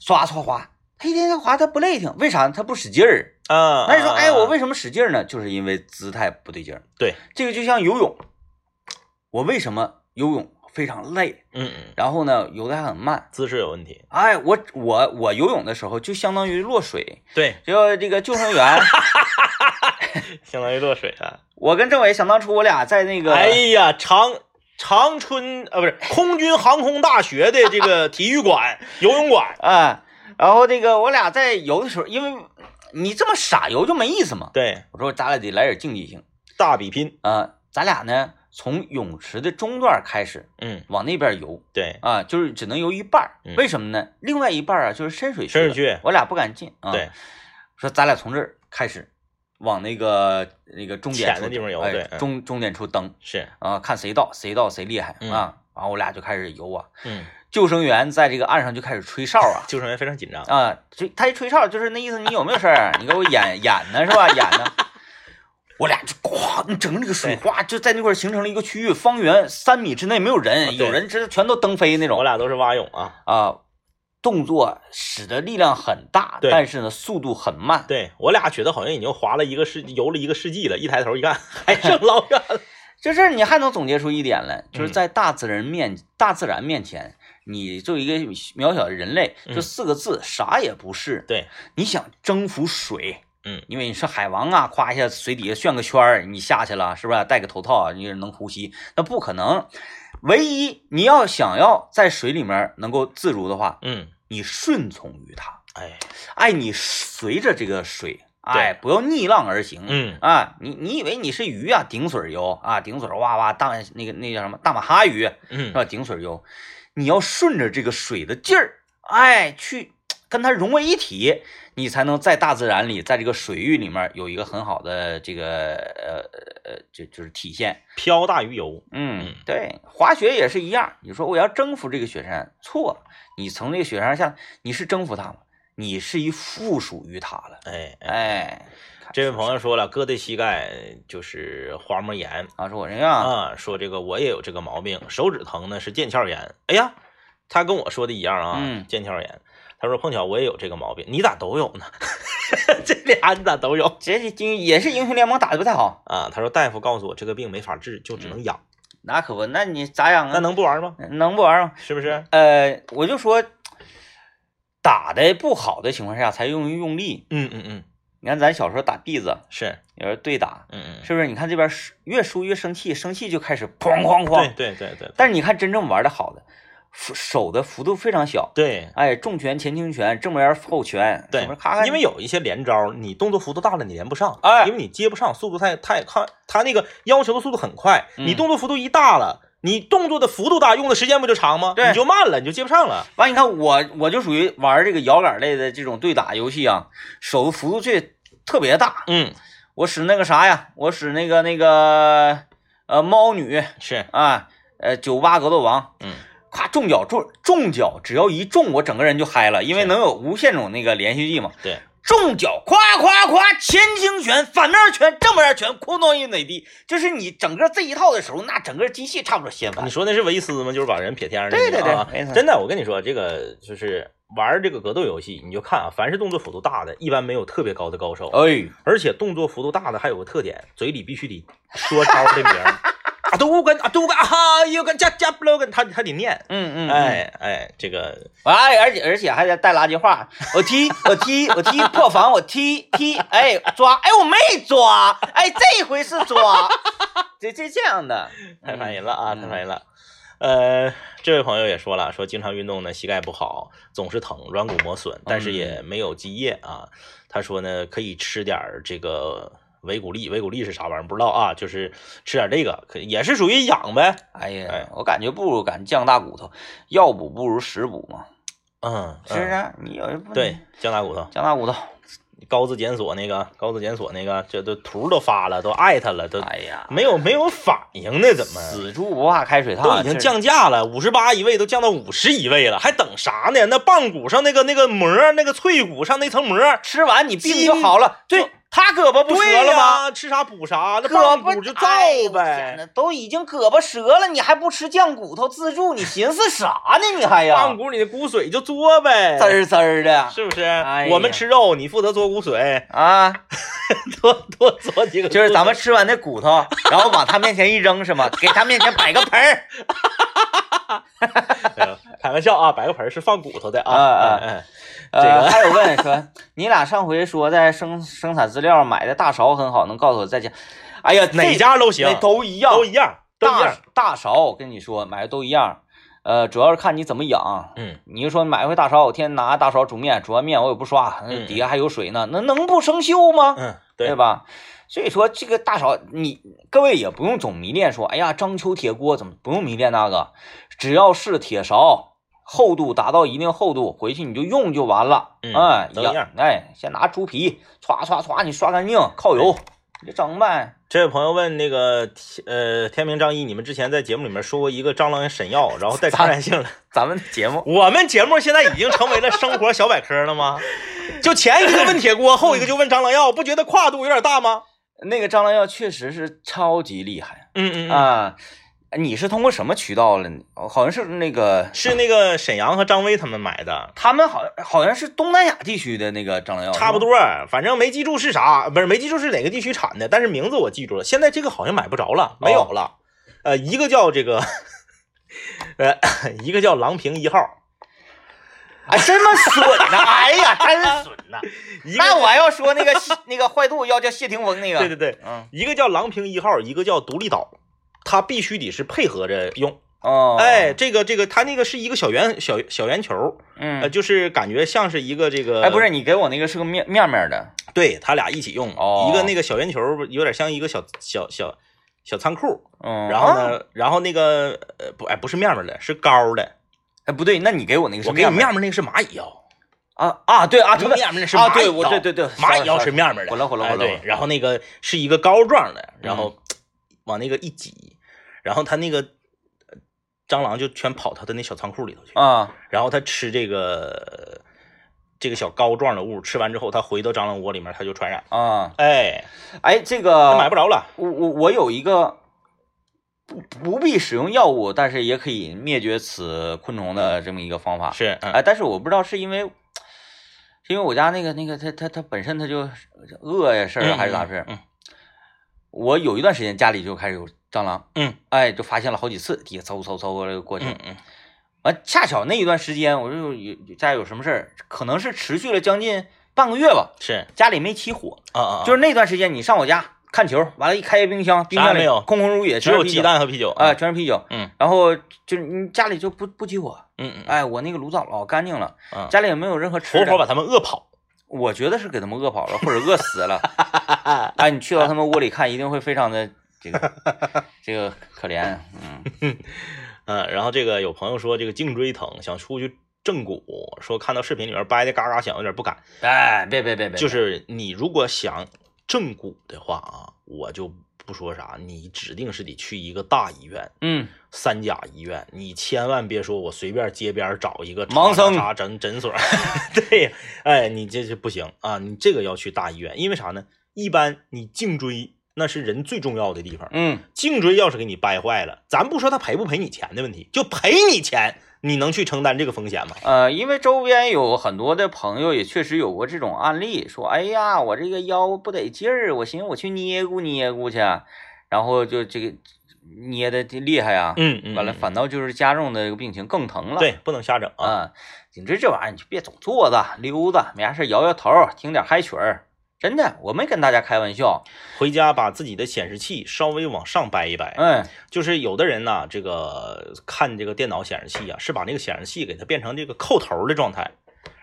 [SPEAKER 1] 刷刷滑，他一天天滑他不累挺，为啥呢？他不使劲儿。
[SPEAKER 2] 啊，
[SPEAKER 1] 那你说，
[SPEAKER 2] 啊
[SPEAKER 1] 哎，我
[SPEAKER 2] 啊
[SPEAKER 1] 为什么使劲儿呢？就是因为姿态不对劲儿。
[SPEAKER 2] 对，
[SPEAKER 1] 这个就像游泳，我为什么游泳非常累，
[SPEAKER 2] 嗯嗯，
[SPEAKER 1] 然后呢游的还很慢？
[SPEAKER 2] 姿势有问题，
[SPEAKER 1] 哎，我我我游泳的时候就相当于落水，
[SPEAKER 2] 对，
[SPEAKER 1] 就这个救生 员，
[SPEAKER 2] 相当于落水了。
[SPEAKER 1] 我跟政委想当初我俩在那个，
[SPEAKER 2] 哎呀，长长春呃不是空军航空大学 的这个体育馆 游泳馆，
[SPEAKER 1] 啊，然后那个我俩在游的时候，因为你这么傻游就没意思嘛。
[SPEAKER 2] 对，
[SPEAKER 1] 我说咱俩得来点竞技性
[SPEAKER 2] 大比拼，
[SPEAKER 1] 啊、咱俩呢从泳池的中段开始
[SPEAKER 2] 嗯，
[SPEAKER 1] 往那边游，
[SPEAKER 2] 对
[SPEAKER 1] 啊，就是只能游一半儿
[SPEAKER 2] 嗯，
[SPEAKER 1] 为什么呢？另外一半儿啊，就是深水区，
[SPEAKER 2] 深水区
[SPEAKER 1] 我俩不敢进啊。
[SPEAKER 2] 对，
[SPEAKER 1] 说咱俩从这儿开始，往那个那个终点
[SPEAKER 2] 浅
[SPEAKER 1] 处
[SPEAKER 2] 的地方游
[SPEAKER 1] 哎
[SPEAKER 2] 对嗯
[SPEAKER 1] 终终点处蹬
[SPEAKER 2] 是，
[SPEAKER 1] 啊，看谁到谁到谁厉害
[SPEAKER 2] 嗯
[SPEAKER 1] 啊。然后我俩就开始游啊，
[SPEAKER 2] 嗯，
[SPEAKER 1] 救生员在这个岸上就开始吹哨啊
[SPEAKER 2] 救生员非常紧张，
[SPEAKER 1] 啊，就他一吹哨就是那意思，你有没有事儿？啊你给我演演呢是吧？演呢。 我俩就咵，你整个那个水花就在那块儿形成了一个区域，方圆三米之内没有人，
[SPEAKER 2] 啊对
[SPEAKER 1] 有人直接全都蹬飞那种
[SPEAKER 2] 我。俩都是蛙泳啊，
[SPEAKER 1] 啊，动作使得力量很大，
[SPEAKER 2] 对
[SPEAKER 1] 但是呢速度很慢。
[SPEAKER 2] 对我俩觉得好像已经划了一个世游了一个世纪了，一抬头 一看还剩老远了，
[SPEAKER 1] 就是你还能总结出一点来，就是
[SPEAKER 2] 嗯
[SPEAKER 1] 在大自然面、大自然面前，你作为一个渺小的人类，
[SPEAKER 2] 嗯
[SPEAKER 1] 就四个字，啥也不是。
[SPEAKER 2] 对，
[SPEAKER 1] 你想征服水。
[SPEAKER 2] 嗯，
[SPEAKER 1] 因为你是海王啊，夸一下水底下旋个圈儿，你下去了，是不是？戴个头套，啊你能呼吸？那不可能。唯一你要想要在水里面能够自如的话，
[SPEAKER 2] 嗯，
[SPEAKER 1] 你顺从于它。
[SPEAKER 2] 哎，
[SPEAKER 1] 哎，你随着这个水，哎，不要逆浪而行。
[SPEAKER 2] 嗯
[SPEAKER 1] 啊，你你以为你是鱼啊？顶水游啊，顶水哇哇大那个那叫什么大马哈鱼是
[SPEAKER 2] 嗯，
[SPEAKER 1] 吧？顶水游，你要顺着这个水的劲儿，哎，去跟它融为一体，你才能在大自然里，在这个水域里面有一个很好的这个呃呃，就就是体现。
[SPEAKER 2] 飘大于游，嗯
[SPEAKER 1] 嗯，对，滑雪也是一样。你说我要征服这个雪山，错了，你从这个雪山下，你是征服它吗？你是一附属于它了。
[SPEAKER 2] 哎。哎
[SPEAKER 1] 哎，
[SPEAKER 2] 这位朋友说了，哥的膝盖就是滑膜炎，
[SPEAKER 1] 啊，说我这样，
[SPEAKER 2] 啊，说这个我也有这个毛病，手指疼呢是腱鞘炎。哎呀，他跟我说的一样啊，
[SPEAKER 1] 嗯
[SPEAKER 2] 腱鞘炎。他说碰巧我也有这个毛病，你咋都有呢？ 这俩你咋都有
[SPEAKER 1] 这这经也是英雄联盟打的不太好，
[SPEAKER 2] 啊？他说大夫告诉我这个病没法治，
[SPEAKER 1] 嗯
[SPEAKER 2] 就只能养，
[SPEAKER 1] 那可不，那你咋养啊？
[SPEAKER 2] 那能不玩吗？
[SPEAKER 1] 能不玩吗？
[SPEAKER 2] 是不是？
[SPEAKER 1] 呃，我就说，打的不好的情况下才用用力。
[SPEAKER 2] 嗯嗯嗯，
[SPEAKER 1] 你看咱小时候打篦子，
[SPEAKER 2] 是，
[SPEAKER 1] 有时候对打，
[SPEAKER 2] 嗯嗯，
[SPEAKER 1] 是不是？你看这边输越输越生气，生气就开始哐哐
[SPEAKER 2] 对
[SPEAKER 1] 哐。
[SPEAKER 2] 对对对
[SPEAKER 1] 但是你看真正玩的好的，幅手的幅度非常小，
[SPEAKER 2] 对。
[SPEAKER 1] 哎，重拳、前倾拳、正面后拳，
[SPEAKER 2] 对
[SPEAKER 1] 什么咔咔，，
[SPEAKER 2] 因为有一些连招，你动作幅度大了，你连不上，
[SPEAKER 1] 哎
[SPEAKER 2] 因为你接不上，速度太太快，他那个要求的速度很快，你
[SPEAKER 1] 嗯
[SPEAKER 2] 动作幅度一大了，你动作的幅度大，用的时间不就长吗？
[SPEAKER 1] 对嗯
[SPEAKER 2] 你就慢了，你就接不上了。
[SPEAKER 1] 完，你看我我就属于玩这个摇杆类的这种对打游戏啊，手的幅度最特别大。
[SPEAKER 2] 嗯，
[SPEAKER 1] 我使那个啥呀，我使那个那个呃猫女
[SPEAKER 2] 是，
[SPEAKER 1] 啊，呃九八格斗王，
[SPEAKER 2] 嗯，
[SPEAKER 1] 咔中脚中中脚，只要一中，我整个人就嗨了，因为
[SPEAKER 2] 是
[SPEAKER 1] 能有无限种那个连续技嘛。
[SPEAKER 2] 对，
[SPEAKER 1] 中脚，夸夸夸，前倾拳、反面拳、正面拳，哐当一垒地，就是你整个这一套的时候，那整个机器差不多掀翻
[SPEAKER 2] 你。说那是维斯吗？就是把人撇天上的
[SPEAKER 1] 对对
[SPEAKER 2] 那个啊
[SPEAKER 1] 对没错
[SPEAKER 2] 真的，我跟你说，这个就是玩这个格斗游戏，你就看啊，凡是动作幅度大的，一般没有特别高的高手，
[SPEAKER 1] 哎，
[SPEAKER 2] 而且动作幅度大的还有个特点，嘴里必须得说招的名儿，啊都跟啊都跟啊哈又跟加加 blogan，他他得念，
[SPEAKER 1] 嗯嗯，嗯，
[SPEAKER 2] 哎哎，这个
[SPEAKER 1] 哎，而且而且还得带垃圾话，我踢我踢我踢破防，我踢踢，哎抓，哎我没抓，哎这回是抓， 这这这样的，
[SPEAKER 2] 太烦人了啊，
[SPEAKER 1] 嗯
[SPEAKER 2] 太烦人了。呃，这位朋友也说了，说经常运动呢，膝盖不好，总是疼，软骨磨损，但是
[SPEAKER 1] 嗯
[SPEAKER 2] 也没有积液啊。他说呢，可以吃点儿这个维骨力，维骨力是啥玩意儿不知道啊，就是吃点这个，可也是属于养呗。
[SPEAKER 1] 哎呀
[SPEAKER 2] 哎，
[SPEAKER 1] 我感觉不如敢降大骨头，药补不如食补嘛，
[SPEAKER 2] 嗯，
[SPEAKER 1] 是不是
[SPEAKER 2] 嗯
[SPEAKER 1] 啊？你有不
[SPEAKER 2] 对，降大骨头，
[SPEAKER 1] 降大骨头，
[SPEAKER 2] 高字检索那个，高字检索那个，这都图都发了，都艾特了，都
[SPEAKER 1] 哎呀，
[SPEAKER 2] 没有没有反应呢，怎么？
[SPEAKER 1] 死猪不怕开水烫，啊
[SPEAKER 2] 都已经
[SPEAKER 1] 这
[SPEAKER 2] 降价了，五十八一位都降到五十一位了，还等啥呢？那棒骨上那个那个膜儿，那个脆骨上那层膜儿，
[SPEAKER 1] 吃完你病
[SPEAKER 2] 筋
[SPEAKER 1] 就好了，
[SPEAKER 2] 对，
[SPEAKER 1] 他胳膊不折
[SPEAKER 2] 对
[SPEAKER 1] 了
[SPEAKER 2] 了
[SPEAKER 1] 吗？
[SPEAKER 2] 吗？吃啥补啥，那
[SPEAKER 1] 胳
[SPEAKER 2] 棒
[SPEAKER 1] 膊
[SPEAKER 2] 骨就造
[SPEAKER 1] 哎呦我天
[SPEAKER 2] 呗。
[SPEAKER 1] 哪都已经胳膊折了，你还不吃酱骨头自助，你寻思啥呢？你还呀
[SPEAKER 2] 棒，骨里的骨髓就嘬呗
[SPEAKER 1] 滋，儿滋儿的
[SPEAKER 2] 是不是？
[SPEAKER 1] 哎呀
[SPEAKER 2] 我们吃肉，你负责嘬骨髓，
[SPEAKER 1] 啊，
[SPEAKER 2] 多多嘬几个骨髓。
[SPEAKER 1] 就是咱们吃完那骨头，然后往他面前一扔是吗？给他面前摆个盆 儿，
[SPEAKER 2] 哎呦开玩笑啊，摆个盆儿是放骨头的啊。
[SPEAKER 1] 啊啊
[SPEAKER 2] 哎哎
[SPEAKER 1] 呃，
[SPEAKER 2] 这个
[SPEAKER 1] 还有问说，你俩上回说在生生产资料买的大勺很好，能告诉我在家？哎呀，
[SPEAKER 2] 哪
[SPEAKER 1] 这
[SPEAKER 2] 家都行
[SPEAKER 1] 那，都一样，
[SPEAKER 2] 都一样，都一
[SPEAKER 1] 大
[SPEAKER 2] 样。
[SPEAKER 1] 大勺，我跟你说，买的都一样。呃，主要是看你怎么养。
[SPEAKER 2] 嗯，
[SPEAKER 1] 你就说买回大勺，我天天拿大勺煮面，煮完面我也不刷，那
[SPEAKER 2] 嗯
[SPEAKER 1] 底下还有水呢，那能不生锈吗？
[SPEAKER 2] 嗯，
[SPEAKER 1] 对
[SPEAKER 2] 对，
[SPEAKER 1] 吧？所以说这个大勺，你各位也不用总迷恋说，哎呀，章丘铁锅怎么不用迷恋那个，只要是铁勺，厚度达到一定厚度，回去你就用就完了。
[SPEAKER 2] 嗯
[SPEAKER 1] 哎
[SPEAKER 2] 都一
[SPEAKER 1] 呀
[SPEAKER 2] 样
[SPEAKER 1] 哎，先拿猪皮歘歘歘，你刷干净，靠油，你就整呗。
[SPEAKER 2] 这位朋友问那个呃，天明张一，你们之前在节目里面说过一个蟑螂神药，然后带传染性的。
[SPEAKER 1] 咱们节目
[SPEAKER 2] 我们节目现在已经成为了生活小百科了吗？就前一个问铁锅，后一个就问蟑螂药，不觉得跨度有点大吗？
[SPEAKER 1] 那个蟑螂药确实是超级厉害
[SPEAKER 2] 嗯嗯嗯，
[SPEAKER 1] 啊！你是通过什么渠道了？哦好像是那个。
[SPEAKER 2] 是那个沈阳和张威他们买的，
[SPEAKER 1] 他们好像好像是东南亚地区的那个蟑螂药，
[SPEAKER 2] 差不
[SPEAKER 1] 多。
[SPEAKER 2] 多，啊反正没记住是啥，不是没记住是哪个地区产的，但是名字我记住了。现在这个好像买不着了，没有了。呃，一个叫这个，呃， 一个叫郎平一号，
[SPEAKER 1] 哎，这么损呐！ 哎呀， 真损呐！
[SPEAKER 2] 一个
[SPEAKER 1] 那我还要说那个那个坏肚要叫谢霆锋那个，
[SPEAKER 2] 对对对，
[SPEAKER 1] 嗯，
[SPEAKER 2] 一个叫郎平一号，一个叫独立岛，它必须得是配合着用。
[SPEAKER 1] 哦，
[SPEAKER 2] 哎，，这个这个，它那个是一个小圆小小圆球，呃，
[SPEAKER 1] 嗯，
[SPEAKER 2] 就是感觉像是一个这个，
[SPEAKER 1] 哎，不是，，你给我那个是个面面面的，
[SPEAKER 2] 对，它俩一起用，
[SPEAKER 1] 哦
[SPEAKER 2] 一个那个小圆球有点像一个小小小小仓库，
[SPEAKER 1] 嗯，
[SPEAKER 2] 然后呢，然后那个呃不哎不是面面的，是高的，
[SPEAKER 1] 啊？哎，不对，那你给我那个是
[SPEAKER 2] 我给你
[SPEAKER 1] 面
[SPEAKER 2] 面面那个是蚂蚁哦腰，
[SPEAKER 1] 啊啊，对啊，对
[SPEAKER 2] 面面那是
[SPEAKER 1] 啊，
[SPEAKER 2] 蚂
[SPEAKER 1] 对
[SPEAKER 2] 蚁
[SPEAKER 1] 我
[SPEAKER 2] 腰
[SPEAKER 1] 对对对，
[SPEAKER 2] 蚂蚁腰是
[SPEAKER 1] sorry，sorry
[SPEAKER 2] 面面的，
[SPEAKER 1] 混了混了
[SPEAKER 2] 哎
[SPEAKER 1] 混了
[SPEAKER 2] 对
[SPEAKER 1] 混，了
[SPEAKER 2] 然后那个是一个膏状的，然
[SPEAKER 1] 嗯
[SPEAKER 2] 后往那个一挤，然后它那个呃蟑螂就全跑它的那小仓库里头去，
[SPEAKER 1] 啊，
[SPEAKER 2] 然后它吃这个这个小膏状的物，吃完之后它回到蟑螂窝里面，它就传染。
[SPEAKER 1] 啊，
[SPEAKER 2] 哎，
[SPEAKER 1] 哎，这
[SPEAKER 2] 它买
[SPEAKER 1] 个
[SPEAKER 2] 不着了。
[SPEAKER 1] 我我我有一个。不不必使用药物，但是也可以灭绝此昆虫的这么一个方法。
[SPEAKER 2] 是，嗯
[SPEAKER 1] 哎，但是我不知道是因为，是因为我家那个那个他他他本身他就饿呀事儿啊还是咋回事儿？
[SPEAKER 2] 嗯
[SPEAKER 1] 我有一段时间家里就开始有蟑螂，
[SPEAKER 2] 嗯
[SPEAKER 1] 哎，就发现了好几次，底下嗖嗖嗖的过去。
[SPEAKER 2] 嗯嗯，
[SPEAKER 1] 完，恰巧那一段时间我就有有家有什么事儿，可能是持续了将近半个月吧，
[SPEAKER 2] 是
[SPEAKER 1] 家里没起火，
[SPEAKER 2] 啊啊，
[SPEAKER 1] 就是是那段时间你上我家看球，完了，一开冰箱，冰
[SPEAKER 2] 啥也
[SPEAKER 1] 箱里
[SPEAKER 2] 没有
[SPEAKER 1] 空空如也，
[SPEAKER 2] 只
[SPEAKER 1] 全是
[SPEAKER 2] 有
[SPEAKER 1] 啤
[SPEAKER 2] 鸡
[SPEAKER 1] 酒，
[SPEAKER 2] 蛋和啤酒
[SPEAKER 1] 啊、。全是啤酒。
[SPEAKER 2] 嗯
[SPEAKER 1] 然后就是你家里就不不起火，
[SPEAKER 2] 嗯嗯嗯
[SPEAKER 1] 哎，我那个炉灶老干净了，
[SPEAKER 2] 嗯，
[SPEAKER 1] 家里也没有任何吃
[SPEAKER 2] 活
[SPEAKER 1] 的，
[SPEAKER 2] 活把它们饿跑。
[SPEAKER 1] 我觉得是给他们饿跑了，或者饿死 了。哎，你去到他们窝里看，一定会非常的这个这个可怜。嗯，
[SPEAKER 2] 嗯，然后这个有朋友说这个颈椎疼，想出去正骨，说看到视频里面掰的嘎嘎响，有点不敢。
[SPEAKER 1] 哎，别别别别，
[SPEAKER 2] 就是你如果想正骨的话啊，我就不说啥，你指定是得去一个大医院，
[SPEAKER 1] 嗯，
[SPEAKER 2] 三甲医院，你千万别说我随便街边找一个
[SPEAKER 1] 盲僧
[SPEAKER 2] 查诊诊所， 对呀，哎，你这是不行啊，你这个要去大医院，因为啥呢？一般你颈椎那是人最重要的地方，
[SPEAKER 1] 嗯，
[SPEAKER 2] 颈椎要是给你掰坏了，咱不说他赔不赔你钱的问题，就赔你钱，你能去承担这个风险吗？
[SPEAKER 1] 呃，因为周边有很多的朋友也确实有过这种案例，说，哎呀，我这个腰不得劲儿，我寻思我去捏咕捏咕去，然后就这个捏的厉害呀、
[SPEAKER 2] 嗯嗯，
[SPEAKER 1] 完了反倒就是加重的这个病情，更疼了。
[SPEAKER 2] 对，不能瞎整啊。
[SPEAKER 1] 啊，颈椎这玩意儿你就别总坐着溜达，没啥事儿摇摇头儿，听点嗨曲儿。真的，我没跟大家开玩笑。
[SPEAKER 2] 回家把自己的显示器稍微往上掰一掰，
[SPEAKER 1] 嗯
[SPEAKER 2] 就是有的人呐，这个看这个电脑显示器啊，是把那个显示器给它变成这个扣头的状态，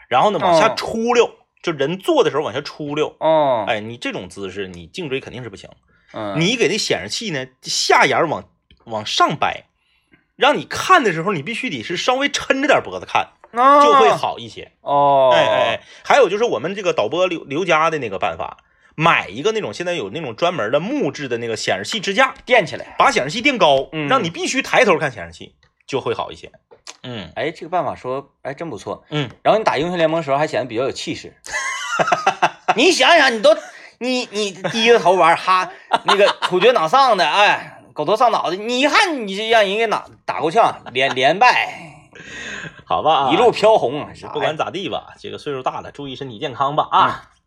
[SPEAKER 2] 然后呢往下
[SPEAKER 1] 哦
[SPEAKER 2] 出溜，就人坐的时候往下出溜。
[SPEAKER 1] 哦，
[SPEAKER 2] 哎，你这种姿势，你颈椎肯定是不行。
[SPEAKER 1] 嗯，
[SPEAKER 2] 你给那显示器呢下沿儿往往上掰，让你看的时候，你必须得是稍微抻着点脖子看，就
[SPEAKER 1] 就
[SPEAKER 2] 会好一些。
[SPEAKER 1] 哦。
[SPEAKER 2] 哎哎，哎，还有就是我们这个导播刘刘佳的那个办法，买一个那种现在有那种专门的木质的那个显示器支架，
[SPEAKER 1] 垫起来。
[SPEAKER 2] 把显示器垫高，
[SPEAKER 1] 嗯
[SPEAKER 2] 让你必须抬头看显示器，就会好一些。嗯
[SPEAKER 1] 哎，这个办法说，哎，真不错。
[SPEAKER 2] 嗯，
[SPEAKER 1] 然后你打英雄联盟的时候还显得比较有气 势。你想想，你都你你低着头玩儿哈，那个处决脑上的，哎，狗头上脑的，你一看你就让人给打打够呛，连连败，
[SPEAKER 2] 好吧啊，
[SPEAKER 1] 一路飘红，啥呀
[SPEAKER 2] 不管咋地吧，这个岁数大了，注意身体健康吧啊。
[SPEAKER 1] 嗯